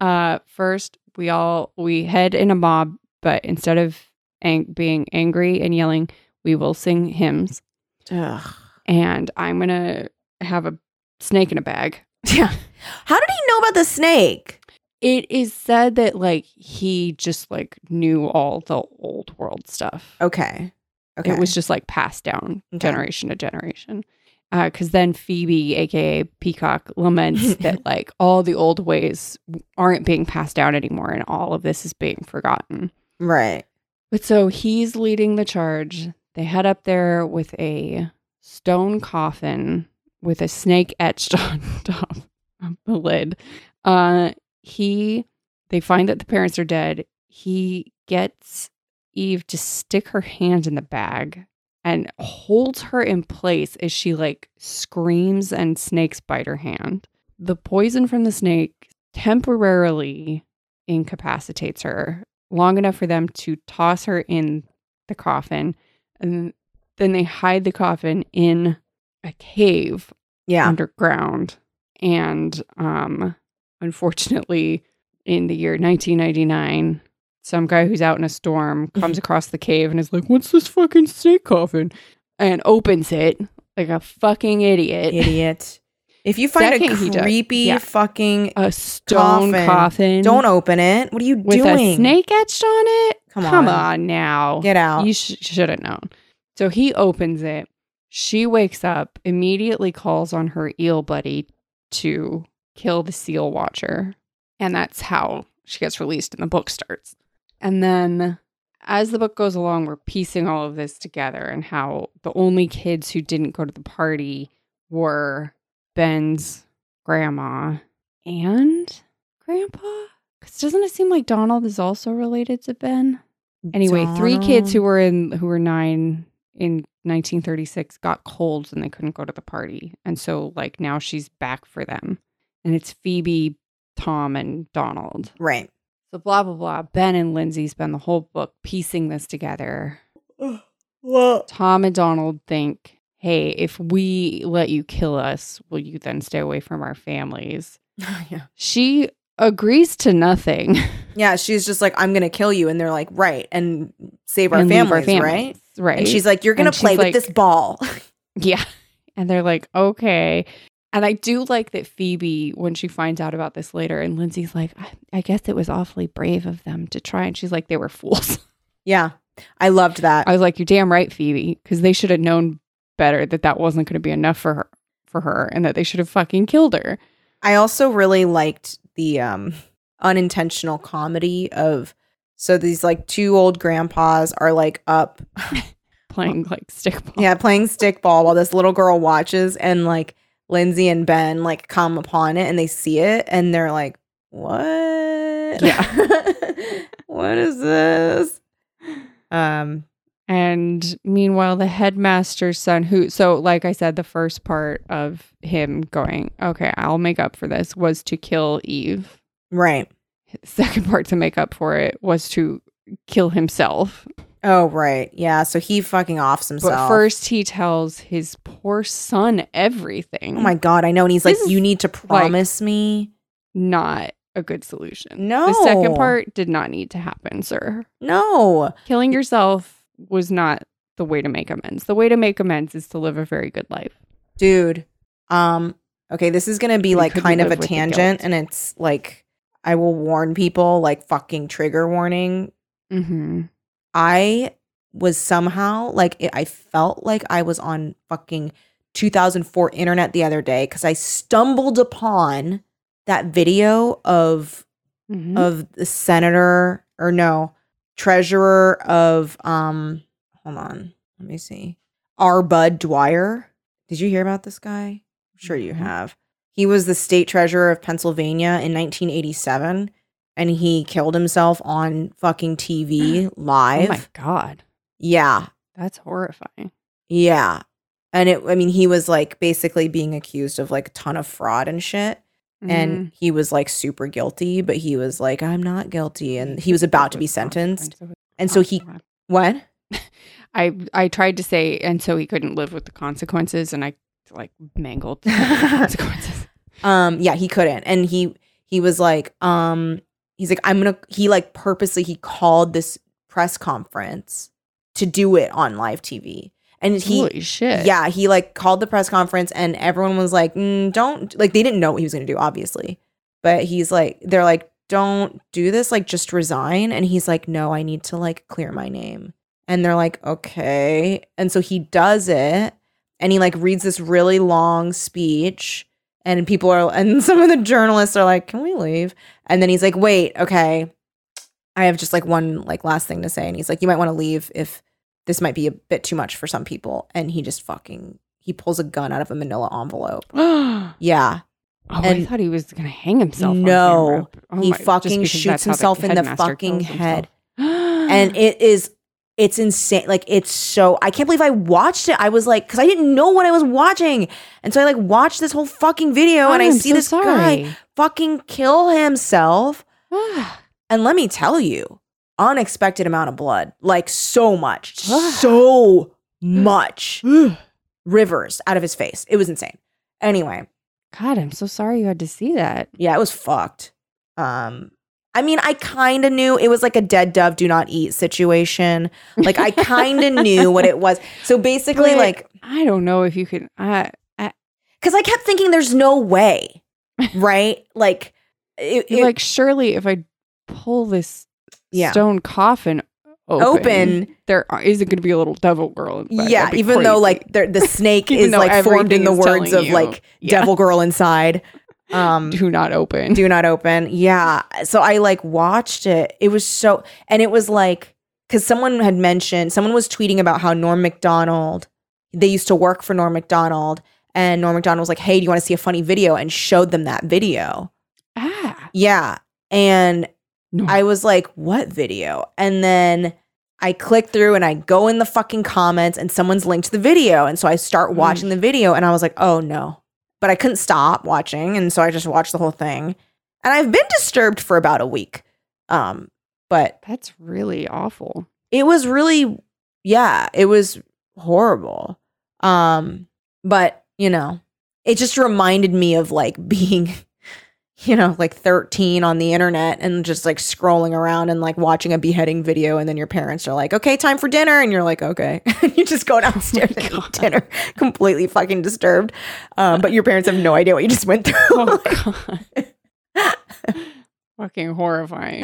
Uh, first, we all we head in a mob, but instead of ang- being angry and yelling, we will sing hymns.
Ugh.
And I'm gonna have a snake in a bag.
Yeah. How did he know about the snake?
It is said that like he just like knew all the old world stuff.
Okay. Okay.
It was just like passed down
Okay.
generation to generation. Because then Phoebe, aka Peacock, laments that like all the old ways aren't being passed down anymore, and all of this is being forgotten.
right.
But so he's leading the charge. They head up there with a stone coffin with a snake etched on top of the lid. Uh, he, they find that the parents are dead. He gets Eve to stick her hand in the bag and holds her in place as she like screams and snakes bite her hand. The poison from the snake temporarily incapacitates her long enough for them to toss her in the coffin and then they hide the coffin in a cave
Yeah.
underground and um unfortunately in the year 1999 some guy who's out in a storm
Mm-hmm.
comes across the cave and is like what's this fucking snake coffin and opens it like a fucking idiot
Idiot. If you find
Second, he
a
does-
creepy
yeah.
fucking
a stone
Coffin.
coffin,
Don't open it. What are you
with
doing?
a snake etched on it
Come
come
on.
on now
Get out.
You sh- should have known. So he opens it. She wakes up, immediately calls on her eel buddy to kill the seal watcher. And that's how she gets released and the book starts. And then as the book goes along, we're piecing all of this together and how the only kids who didn't go to the party were Ben's grandma and grandpa. Because doesn't it seem like Donald is also related to Ben? Anyway, three kids who were in who were nine in 1936 got colds and they couldn't go to the party, and so like now she's back for them, and it's Phoebe, Tom, and Donald.
right.
So blah blah blah. Ben and Lindsay spend the whole book piecing this together.
Well,
Tom and Donald think, "Hey, if we let you kill us, will you then stay away from our families?"
yeah.
She agrees to nothing.
Yeah, she's just like, I'm gonna kill you, and they're like, right, and save our,
and leave
families,
our
right?
families, Right.
And she's like, you're gonna
And she's
play
like-
with this ball.
Yeah. And they're like, okay. And I do like that Phoebe, when she finds out about this later, and Lindsay's like, I, I guess it was awfully brave of them to try. And she's like, they were fools.
Yeah. I loved that.
I was like, you're damn right, Phoebe, because they should have known better that that wasn't going to be enough for her, for her, and that they should have fucking killed her.
I also really liked the um unintentional comedy of so these like two old grandpas are like up
Playing like stickball.
yeah playing stickball while this little girl watches and like Lindsay and Ben like come upon it and they see it and they're like what yeah what is this um
And meanwhile, the headmaster's son, who, so like I said, the first part of him going, okay, I'll make up for this, was to kill Eve.
right
Second part to make up for it was to kill himself.
oh right yeah so he fucking offs himself
But first, he tells his poor son everything.
oh my god I know and he's like
This is
you need to promise me
Not a good solution.
No.
The second part did not need to happen, sir.
no
Killing yourself was not the way to make amends. The way to make amends is to live a very good life.
dude um okay this is gonna be
You
like
couldn't
kind of a
live with the
tangent
guilt.
and it's like i will warn people like fucking trigger warning
Mm-hmm.
i was somehow like it, i felt like i was on fucking 2004 internet the other day because i stumbled upon that video of
mm-hmm.
of the senator or no treasurer of um hold on let me see r bud dwyer did you hear about this guy i'm sure you
Mhm.
have he was the state treasurer of pennsylvania in 1987 and he killed himself on fucking tv
oh
live
my God.
yeah
That's horrifying.
yeah and it i mean he was like basically being accused of like a ton of fraud and shit and he was like super guilty but he was like i'm not guilty
Mm-hmm.
and he was about to be sentenced and so he what
I I tried to say, and so he couldn't live with the consequences, and I like mangled the consequences.
um yeah he couldn't and he he was like um he's like i'm gonna he like purposely he called this press conference to do it on live tv and he
Holy shit!
yeah he like called the press conference and everyone was like "Mm, don't like they didn't know what he was gonna do obviously but he's like they're like don't do this like just resign and he's like no i need to like clear my name and they're like okay and so he does it and he like reads this really long speech and people are and some of the journalists are like can we leave and then he's like wait okay i have just like one like last thing to say and he's like you might want to leave if this might be a bit too much for some people and he just fucking he pulls a gun out of a manila envelope
oh,
yeah
I
And-
thought he was gonna hang himself. on
No.
camera. Oh
He
my- just
fucking
because
shoots
that's how the
himself in the
headmaster
fucking
kills
head.
himself.
and it is it's insane like it's so i can't believe i watched it i was like because i didn't know what i was watching and so i like watched this whole fucking video and i
Oh, I'm
see
so
this guy
sorry.
fucking kill himself
Ah,
and let me tell you unexpected amount of blood like so much so much rivers out of his face it was insane anyway
God, I'm so sorry you had to see that.
yeah, it was fucked. Um, I mean, I kind of knew it was like a dead dove, do not eat situation. Like I kind of knew what it was. So basically,
But
like,
I don't know if you can. I
because I kept thinking, there's no way, right? Like, it,
You're
it-
like surely if I pull this
Yeah.
stone coffin open,
open,
there are- isn't going to be a little devil girl. Inside.
yeah.
That'd be
Even though
crazy.
like there- the snake
Even
is
though
like formed in
everything
the
is
words
telling
of
you,
like
yeah.
devil girl inside. Um,
do not open.
do not open yeah so i like watched it it was so and it was like because someone had mentioned someone was tweeting about how norm mcdonald they used to work for norm mcdonald and norm mcdonald was like hey do you want to see a funny video and showed them that video
ah,
yeah and
no.
I was like, what video? And then I click through and I go in the fucking comments and someone's linked the video. And so I start
Mm.
watching the video and I was like, oh no. But I couldn't stop watching. And so I just watched the whole thing. And I've been disturbed for about a week. Um, but
That's really awful.
it was really, yeah, it was horrible. Um, but, you know, it just reminded me of like being you know, like 13 on the internet and just like scrolling around and like watching a beheading video. And then your parents are like, okay, time for dinner. And you're like, okay. And you just go downstairs and eat
God.
dinner, completely fucking disturbed. Um, but your parents have no idea what you just went through.
Oh god. Fucking horrifying.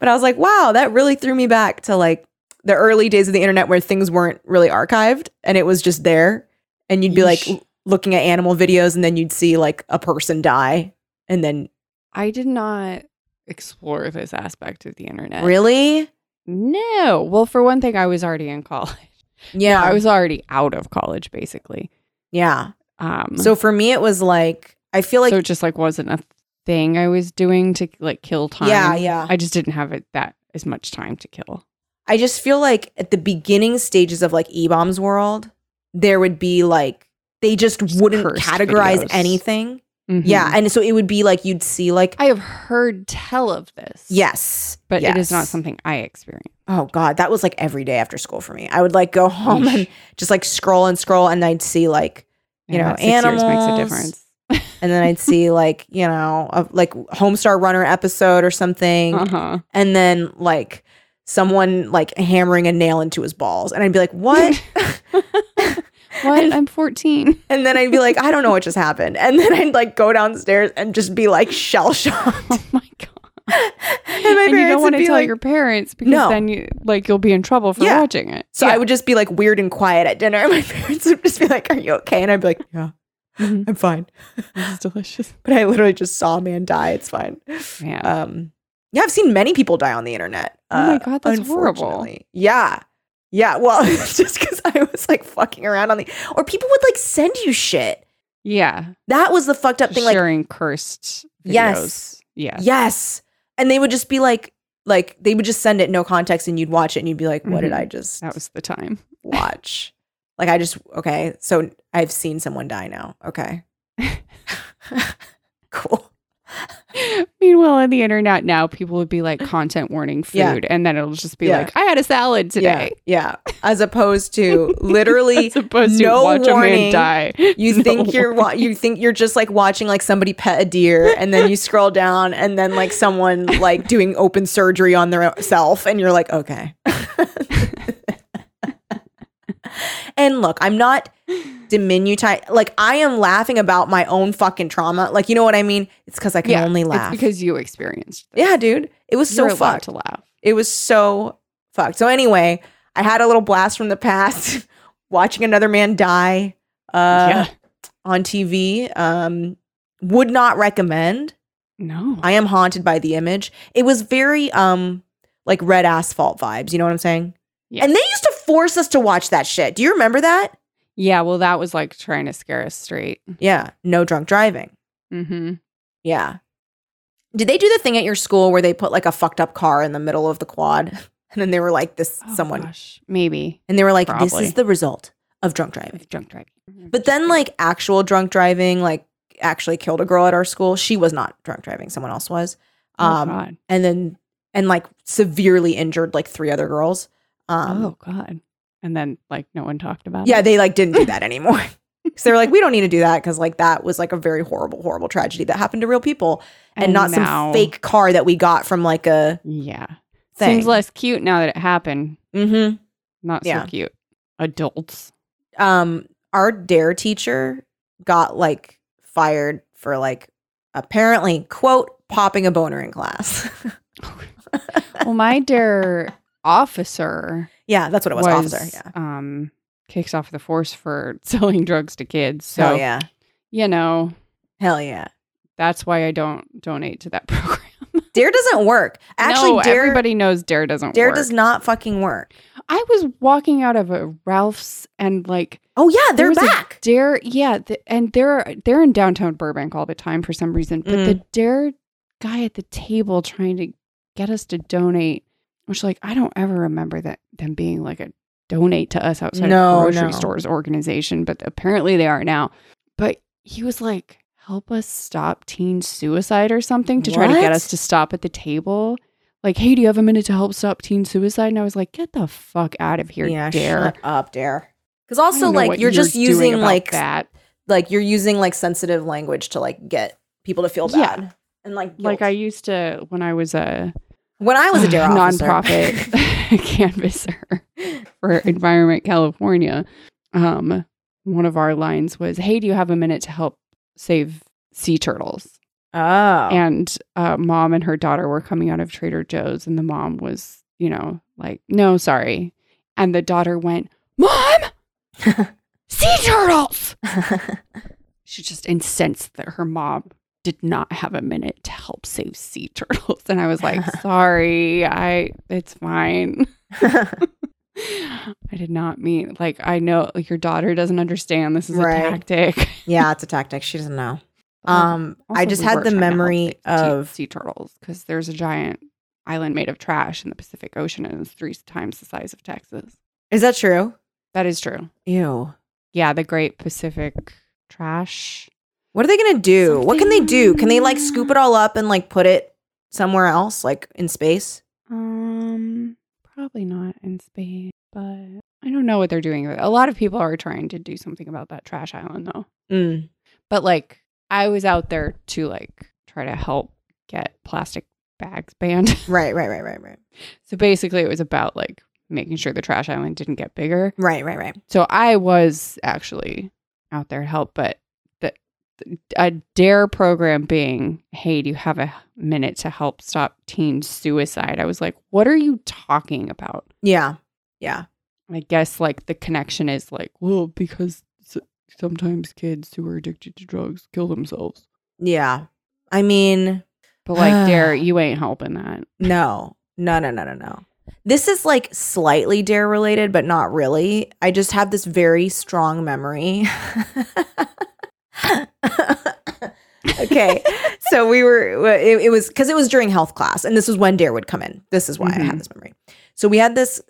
but I was like, wow, that really threw me back to like the early days of the internet where things weren't really archived and it was just there. And you'd be like
Yeesh.
l- looking at animal videos and then you'd see like a person die. And then,
I did not explore this aspect of the internet.
really?
No. Well, for one thing, I was already in college.
Yeah.
I was already out of college basically.
yeah.
Um
So for me, it was like, I feel like,
so it just like wasn't a thing I was doing to like kill time.
yeah, yeah.
I just didn't have it that as much time to kill.
I just feel like at the beginning stages of like E Bombs World, there would be like, they just,
Just
wouldn't
cursed
categorize
videos.
anything.
Mhm.
Yeah. And so it would be like, you'd see like,
I have heard tell of this.
yes.
But it is not
yes.
something I experienced.
Oh God, that was like every day after school for me. I would like go home and just like scroll and scroll, and I'd see like, You know,
that six years makes a
animals.
difference.
and then I'd see like you know a, like Homestar Runner episode or something,
Uh huh.
and then like someone like hammering a nail into his balls, and I'd be like, what?
What? I'm 14.
and then I'd be like, I don't know what just happened, and then I'd like go downstairs and just be like shell shocked.
Oh my god.
and
And,
my
you
parents
don't
would
want to
be
tell
like,
your parents because
No.
then you like you'll be in trouble for
Yeah.
watching it.
so I would just be like weird and quiet at dinner, and my parents would just be like, Are you okay? And I'd be like, Yeah,
Mhm.
I'm fine.
This is delicious.
but I literally just saw a man die. It's fine.
Yeah.
Um, yeah, I've seen many people die on the internet. uh,
Oh my God, that's horrible.
unfortunately. Yeah. Yeah. Well, it's just because I was like fucking around on the, or people would like send you shit.
yeah.
That was the fucked up thing. Like,
Sharing cursed videos.
Yes.
Yeah.
yes. And they would just be like, like they would just send it no context and you'd watch it and you'd be like, what did
Mhm.
I just
That was the time.
watch? like, I just, okay. So I've seen someone die now. Okay. cool.
Meanwhile, on the internet now, people would be like content warning food,
Yeah.
and then it'll just be
Yeah.
like, "I had a salad today."
Yeah. yeah. As opposed to literally
As opposed to
no
watch
warning.
a man die.
You
No
think you're wa- you think you're just like watching like somebody pet a deer, and then you scroll down, and then like someone like doing open surgery on their self, and you're like, okay. and look, I'm not diminutizing. Like I am laughing about my own fucking trauma. Like you know what I mean? It's because I can
Yeah,
only laugh.
It's because you experienced. This.
yeah, dude, it was
You're
so
allowed
fucked.
to laugh.
It was so fucked. So anyway, I had a little blast from the past, watching another man die. Uh,
yeah.
on TV. Um, would not recommend.
No.
I am haunted by the image. It was very um like red asphalt vibes. You know what I'm saying?
Yes.
And they used to force us to watch that shit. Do you remember that?
yeah. Well, that was like trying to scare us straight.
Yeah. No drunk driving.
Mm-hmm.
Yeah. Did they do the thing at your school where they put like a fucked up car in the middle of the quad, and then they were like, "This someone,"
Oh, Gosh, maybe
and they were like, "This
Probably.
is the result of drunk driving."
with drunk driving.
But then, like, actual drunk driving, like, actually killed a girl at our school. She was not drunk driving, someone else was.
oh
Um,
god,
and then, and like, severely injured like three other girls. Um,
oh god, and then like no one talked about.
yeah,
it.
they like didn't do that anymore. so they were like, we don't need to do that because, like, that was like a very horrible, horrible tragedy that happened to real people and, not some
now-
fake car that we got from like a
Yeah,
thing.
seems less cute now that it happened.
mm-hmm.
Not
Yeah.
so cute. Adults.
um our dare teacher got like fired for like apparently quote popping a boner in class
Well, my dare officer
yeah that's what it was,
was
officer yeah
um kicked off the force for selling drugs to kids. So
hell Oh, yeah
you know
hell yeah
that's why I don't donate to that program.
dare doesn't work actually
no,
dare
everybody knows dare doesn't
dare
work.
does not fucking work
I was walking out of a Ralph's and like
oh yeah
there
they're
was a
back
Dare, yeah, th- and they're they're in downtown Burbank all the time for some reason. But the
Mm.
Dare guy at the table trying to get us to donate, which like I don't ever remember that them being like a donate to us outside
No,
of
no.
grocery stores organization, but apparently they are now. But he was like, "Help us stop teen suicide or something," to try to
What?
get us to stop at the table. Like, hey, do you have a minute to help stop teen suicide? And I was like, get the fuck out of here,
yeah
Dare.
shut up dare because
I don't
also
know
like
what
you're, just
doing
using
about
like
that.
like you're using like sensitive language to like get people to feel
Yeah.
bad and like
Like I
guilt.
used to when I was a
when I was a dare officer.
nonprofit canvasser for Environment California. Um, one of our lines was, "Hey, do you have a minute to help save sea turtles?"
oh,
And uh, mom and her daughter were coming out of Trader Joe's, and the mom was, you know, like, "No, sorry," and the daughter went, "Mom, sea turtles!" She just incensed that her mom did not have a minute to help save sea turtles, and I was like, "Sorry, I, it's fine." I did not mean like I know like, your daughter doesn't understand this is
Right.
a tactic.
yeah, it's a tactic. She doesn't know. Um, I
Also,
just
we
had
were
the
trying to help
memory
save sea-
of
sea turtles because there's a giant island made of trash in the Pacific Ocean and it's three times the size of Texas.
Is that true?
That is true.
Ew.
Yeah, the Great Pacific Trash.
What are they gonna do? What can they do? Can they like
Something-
scoop it all up and like put it somewhere else, like in space?
Um, probably not in Spain, but I don't know what they're doing. A lot of people are trying to do something about that trash island though.
Mm.
but like I was out there to like try to help get plastic bags banned.
Right, right, right, right, right,
so basically it was about like making sure the trash island didn't get bigger.
right, right, right.
So I was actually out there to help, but the, a dare program being, hey, do you have a minute to help stop teen suicide? I was like, what are you talking about?
Yeah, yeah,
I guess like the connection is like, well, because s- sometimes kids who are addicted to drugs kill themselves.
yeah. I mean,
But like, dare you ain't helping that.
no, no, no, no, no, no. This is like slightly dare related, but not really. I just have this very strong memory. okay, so we were. It, it was because it was during health class, and this is when dare would come in. This is why I had
Mhm.
this memory. So we had this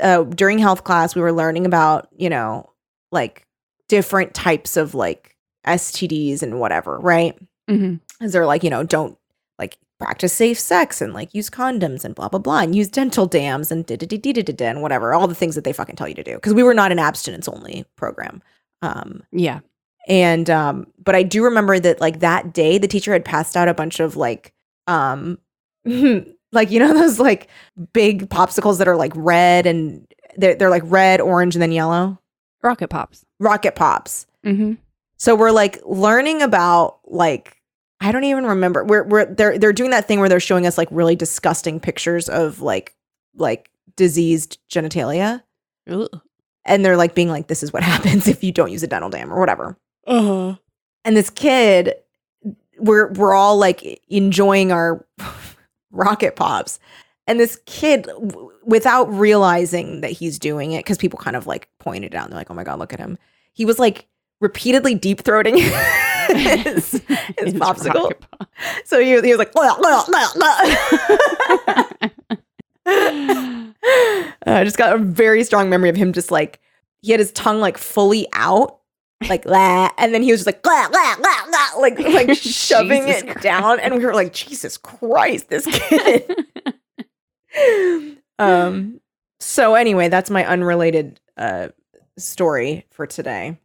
uh, during health class. We were learning about you know like different types of like STDs and whatever, right?
Mhm.
is they're like, you know, don't like practice safe sex and like use condoms and blah blah blah and use dental dams and da da da da da da and whatever, all the things that they fucking tell you to do. Because we were not an abstinence only program. Um
Yeah.
and um but I do remember that like that day the teacher had passed out a bunch of like um like you know those like big popsicles that are like red and they're they're like red, orange, and then yellow.
Rocket pops.
Rocket pops.
Mm-hmm.
So we're like learning about like I don't even remember. We're we're they're they're doing that thing where they're showing us like really disgusting pictures of like like diseased genitalia and they're like being like this is what happens if you don't use a dental dam or whatever.
Uh-huh.
And this kid we're we're all like enjoying our rocket pops. And this kid w- without realizing that he's doing it cuz people kind of like pointed it out and they're like oh my god look at him. He was like repeatedly deep throating his, his popsicle. So he, was- he was like, "Blah, blah, blah, blah." I just got a very strong memory of him just like, he had his tongue like fully out, like, "Blah," and then he was just like, "Blah, blah, blah, blah," like, like shoving
Jesus
it
Christ.
down. And we were like, Jesus Christ, this kid. um, so anyway, that's my unrelated uh, story for today.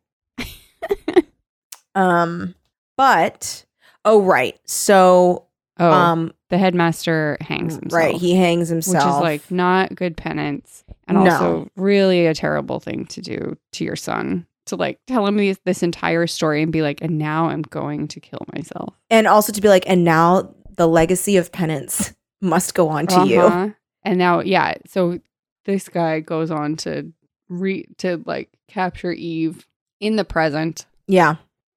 um, but, oh, right. So,
oh,
um,
the headmaster hangs himself.
Right, he hangs himself.
Which is like not good penance and
No.
also really a terrible thing to do to your son. To like tell him these, this entire story and be like, and now I'm going to kill myself.
and also to be like, and now the legacy of penance must go on to you.
Uh-huh. And now, yeah. So this guy goes on to re to like capture Eve in the present
Yeah,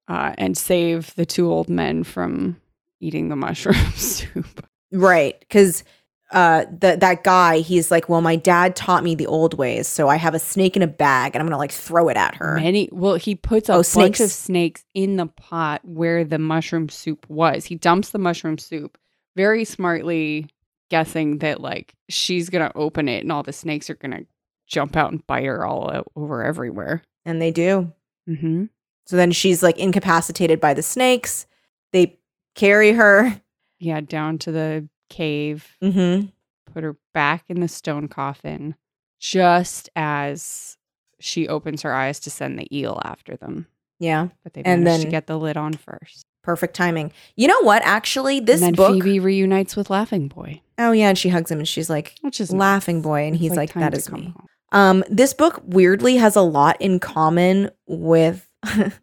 uh, and save the two old men from eating the mushroom soup.
right. Because uh, that that guy, he's like, well, my dad taught me the old ways, so I have a snake in a bag, and I'm gonna like throw it at her.
Many well, he puts a
Oh,
bunch
snakes.
of snakes in the pot where the mushroom soup was. He dumps the mushroom soup very smartly, guessing that like she's gonna open it and all the snakes are gonna jump out and bite her all o- over everywhere.
And they do.
Mm-hmm.
So then she's like incapacitated by the snakes. They carry her.
Yeah, down to the cave.
Mm-hmm.
put her back in the stone coffin just as she opens her eyes to send the eel after them.
Yeah,
But they
And
managed
then-
to get the lid on first.
Perfect timing. You know what? Actually, this
and then
book.
Phoebe reunites with Laughing Boy,
oh yeah, and she hugs him, and she's like,
which is
"Laughing boy," and
nice.
he's
It's
like,
time
"That
to
is
come
me."
home.
Um, this book weirdly has a lot in common with.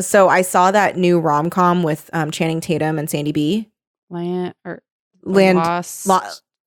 so I saw that new rom com with um, Channing Tatum and Sandy B.
Land or
Land
Lost,
Lo-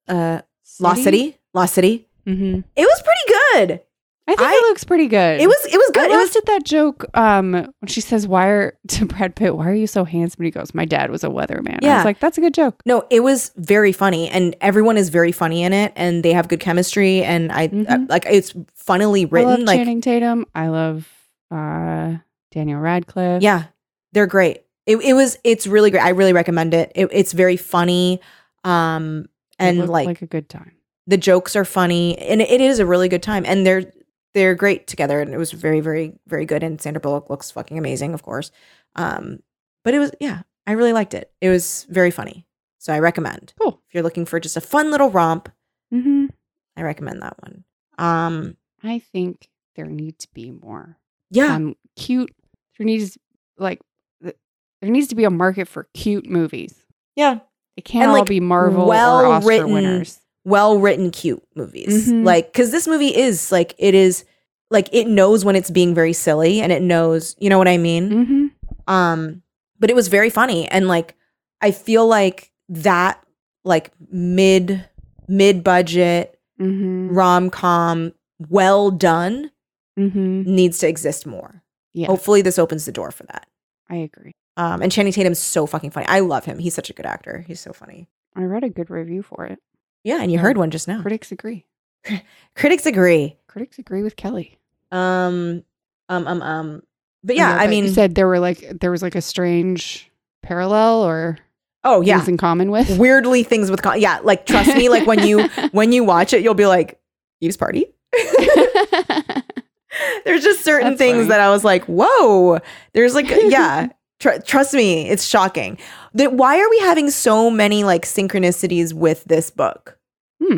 uh, Lost City. Lost City.
hmm
It was pretty good.
I think
I-
it looks pretty good.
It was. It was
I
good. It was.
always did that joke um, when she says, "Why are to Brad Pitt? Why are you so handsome?" And he goes, "My dad was a weatherman." I
Yeah.
was like, "That's a good joke."
No, it was very funny, and everyone is very funny in it, and they have good chemistry, and I, I
Mhm.
like it's funnily
I
written.
love
Like,
Channing Tatum. I love uh, Daniel Radcliffe.
yeah, they're great. It, it was. It's really great. I really recommend it. it it's very funny, um,
It
and
looked
like,
a good time.
the jokes are funny, and it is a really good time, and they're they're great together, and it was very, very, very good. And Sandra Bullock looks fucking amazing, of course. Um, but it was yeah, I really liked it. It was very funny, so I recommend.
Cool.
If you're looking for just a fun little romp,
hmm
I recommend that one. Um,
I think there need to be more
yeah,
um, cute. There needs like th- there needs to be a market for cute movies.
yeah,
It can't
And,
all
like,
be Marvel or Oscar
well-written-
winners.
well written, cute movies.
Mhm.
Like, because this movie is like it is like it knows when it's being very silly, and it knows, you know what I mean.
Mm-hmm.
Um, but it was very funny, and like I feel like that like mid mid budget
Mm-hmm.
rom com well done
Mm-hmm.
needs to exist more.
Yeah,
Hopefully, this opens the door for that.
I agree.
Um, and Channing Tatum's so fucking funny. I love him. He's such a good actor. He's so funny.
I read a good review for it.
Yeah, and you
Yeah.
heard one just now.
Critics agree.
Critics agree.
Critics agree with Kelly.
Um, um, um, um. But
I
yeah,
love
I
that
mean,
uh, you said there were like there was like a strange parallel or
oh yeah,
things in common with.
weirdly things with con- yeah. Like trust me, like when you when you watch it, you'll be like, Eve's party. There's just certain
That's
things
funny.
that I was like, whoa. There's like, yeah. Tr- trust me, it's shocking. That why are we having so many like synchronicities with this book?
Hmm.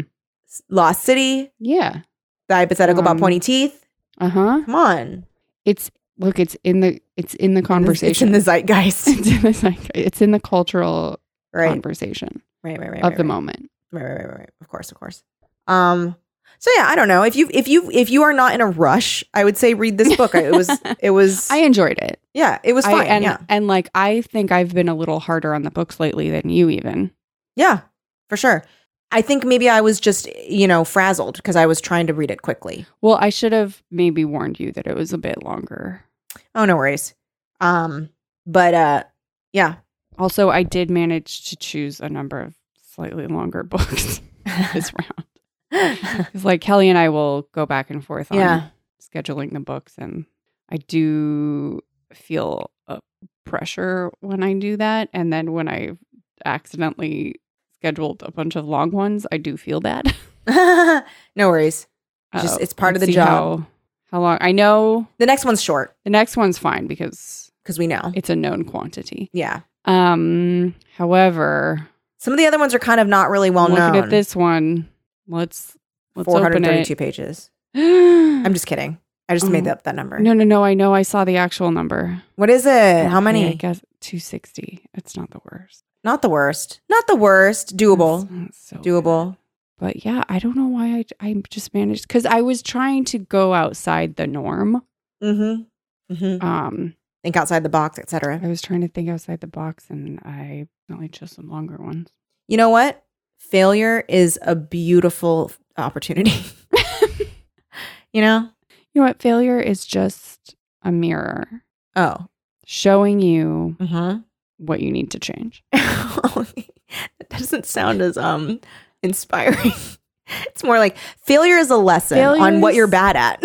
S- Lost City,
yeah.
the hypothetical about
Um,
pointy teeth.
Uh huh.
Come on,
It's look. It's in the. It's in the
it's in
conversation.
the zeitgeist,
It's in the. zeitgeist. It's in the cultural
right?
conversation
Right, right, right.
of
right,
the
right.
moment.
Right, right, right, right, right. Of course, of course. Um. So yeah, I don't know if you if you if you are not in a rush, I would say read this book. It was it was
I enjoyed it.
yeah, it was
I-
fine.
and
yeah,
and like I think I've been a little harder on the books lately than you even.
yeah, for sure. I think maybe I was just you know frazzled because I was trying to read it quickly.
Well, I should have maybe warned you that it was a bit longer.
Oh no worries. Um. But uh, yeah.
Also, I did manage to choose a number of slightly longer books this round. Because like Kelly and I will go back and forth on
Yeah.
scheduling the books, and I do feel a pressure when I do that, and then when I accidentally scheduled a bunch of long ones, I do feel bad.
no worries. Just-
Uh,
it's part of
let's
the
see
job.
How, how long? I know
The next one's short
the next one's fine because
because we know.
it's a known quantity.
Yeah.
Um, however,
Some of the other ones are kind of not really well
looking
known.
at this one, let's let's
Four
open
hundred thirty-two
it.
pages.
I'm
I'm just kidding. I just made up that number.
Oh. No, no, no. I know. I saw the actual number.
What is it?
Okay,
How many?
I guess two sixty. It's not the worst.
Not the worst. Not the worst. Doable.
It's not so bad.
Doable.
But yeah, I don't know why I, I just managed because I was trying to go outside the norm.
Mm-hmm. Mm-hmm.
Um,
Think outside the box,
I
etc.
was trying to think outside the box, and I only chose some longer ones.
You know what? Failure is a beautiful opportunity. you know?
You know what? Failure is just a mirror
Oh.
showing you
Mm-hmm.
what you need to change.
that doesn't sound as um inspiring. It's more like failure is a lesson
Failure
on what
is-
you're bad at.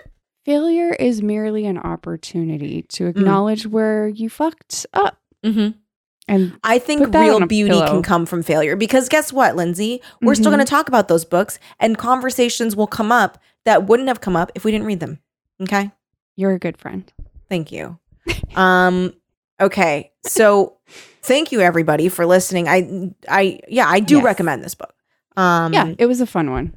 Failure is merely an opportunity to
Mm.
acknowledge where you fucked up.
mm-hmm.
And
I think
Put that on
real
a
beauty
pillow.
can come from failure because guess what, Lindsay? We're still
Mhm.
going to talk about those books and conversations will come up that wouldn't have come up if we didn't read them. Okay?
You're a good friend.
Thank you. Um okay. So thank you everybody for listening. I I yeah, I do
Yes.
recommend this book. Um Mm,
yeah, it was a fun one.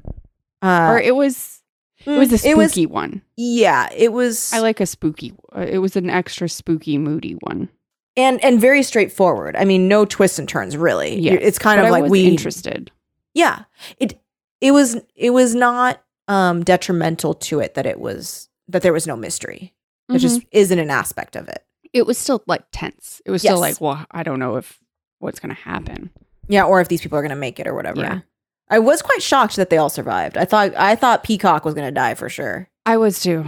uh,
or it was it was a spooky one.
yeah, it was
I like a spooky. uh, It was an extra spooky, moody one.
and and very straightforward. I mean, no twists and turns really. You-
Yes,
It's kind
But
of
I
like
was
we
interested.
Yeah. It it was it was not um detrimental to it that it was that there was no mystery. It
Mhm.
just isn't an aspect of it.
it was still like tense. It was still
Yes.
like, well, I don't know if what's going to happen.
Yeah, or if these people are going to make it or whatever.
Yeah.
I was quite shocked that they all survived. I thought I thought Peacock was going to die for sure.
I was too.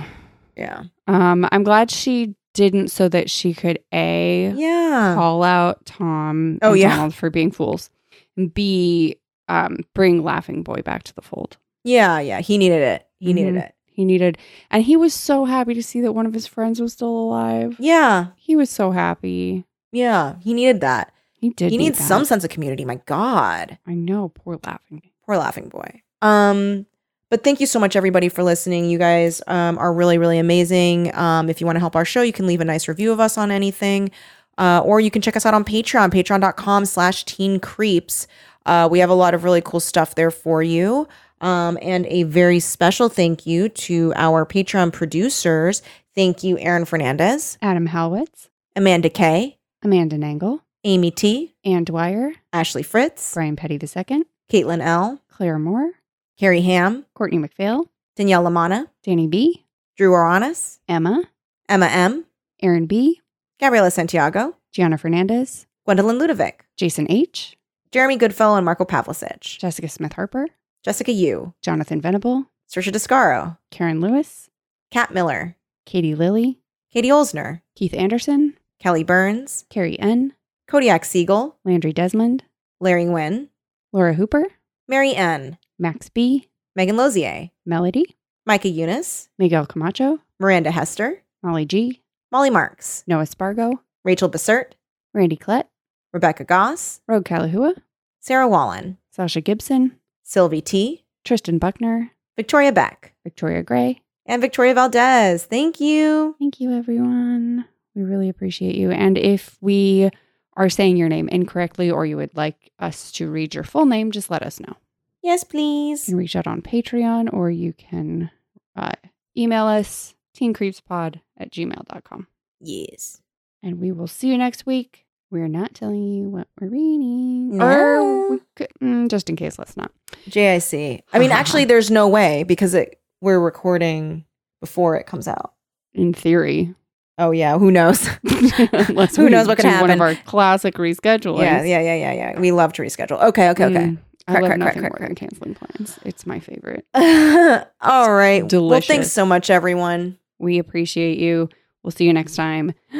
Yeah.
Um, I'm glad she didn't, so that she could a
Yeah.
call out Tom.
Oh,
and
yeah.
Donald for being fools, and b um, bring Laughing Boy back to the fold.
Yeah, yeah, he needed it. He needed
Mhm.
it.
He needed, and he was so happy to see that one of his friends was still alive.
Yeah.
He was so happy.
Yeah, he needed that.
He did.
he
need
needs some
that.
sense of community. My god.
I know. Poor Laughing. Boy.
Poor laughing boy. Um, but thank you so much, everybody, for listening. You guys um, are really, really amazing. Um, if you want to help our show, you can leave a nice review of us on anything. Uh, or you can check us out on Patreon, patreon.com slash teen creeps. Uh, we have a lot of really cool stuff there for you. Um, and a very special thank you to our Patreon producers. Thank you, Aaron Fernandez,
Adam Halwitz,
Amanda Kay,
Amanda Nangle,
Amy T,
Ann Dwyer,
Ashley Fritz,
Brian Petty II,
Caitlin L,
Claire Moore,
Carrie Ham,
Courtney McPhail,
Danielle Lamana,
Danny B,
Drew Oranis,
Emma,
Emma M,
Aaron B,
Gabriela Santiago,
Gianna Fernandez,
Gwendolyn Ludovic,
Jason H,
Jeremy Goodfellow and Marco Pavlicic,
Jessica Smith Harper,
Jessica Yu,
Jonathan Venable,
Sersha Descaro,
Karen Lewis,
Kat Miller,
Katie Lilly,
Katie Olsner,
Keith Anderson,
Kelly Burns,
Carrie N,
Kodiak Siegel,
Landry Desmond,
Larry Nguyen,
Laura Hooper,
Mary N,
Max B,
Megan Lozier,
Melody,
Micah Eunice,
Miguel Camacho,
Miranda Hester,
Molly G,
Molly Marks,
Noah Spargo,
Rachel Bessert,
Randy Klett,
Rebecca Goss,
Rogue Kalahua,
Sarah Wallen,
Sasha Gibson,
Sylvie T,
Tristan Buckner,
Victoria Beck,
Victoria Gray.
and Victoria Valdez. Thank you.
Thank you, everyone. We really appreciate you. And if we are saying your name incorrectly or you would like us to read your full name, just let us know.
Yes,
You
please.
can reach out on Patreon or you can uh, email us teencreepspod at gmail.com.
Yes.
And we will see you next week. We're not telling you what we're reading.
No.
Or we could, mm, just in case, let's not.
JIC. I mean, actually, there's no way because it we're recording before it comes out.
In theory.
Oh yeah, who knows?
Unless
Who
we
knows what could
do One
happen.
of our classic reschedulings.
yeah, yeah, yeah, yeah, yeah. We love to reschedule. Okay, okay, okay.
Mm. I
Crack, crack,
love
crack,
nothing
crack,
more than canceling plans. It's my favorite.
All right. Well, thanks
Delicious.
so much, everyone.
We appreciate you. We'll see you next time.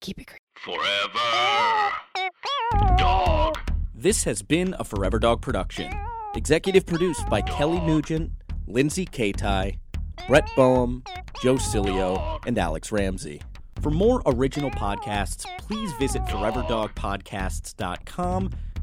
Keep it creepy.
Forever. Dog.
This has been a Forever Dog production. Executive produced by Kelly Nugent, Lindsay Katai, Brett Boehm, Joe Cilio, and Alex Ramsey. For more original podcasts, please visit foreverdogpodcasts.com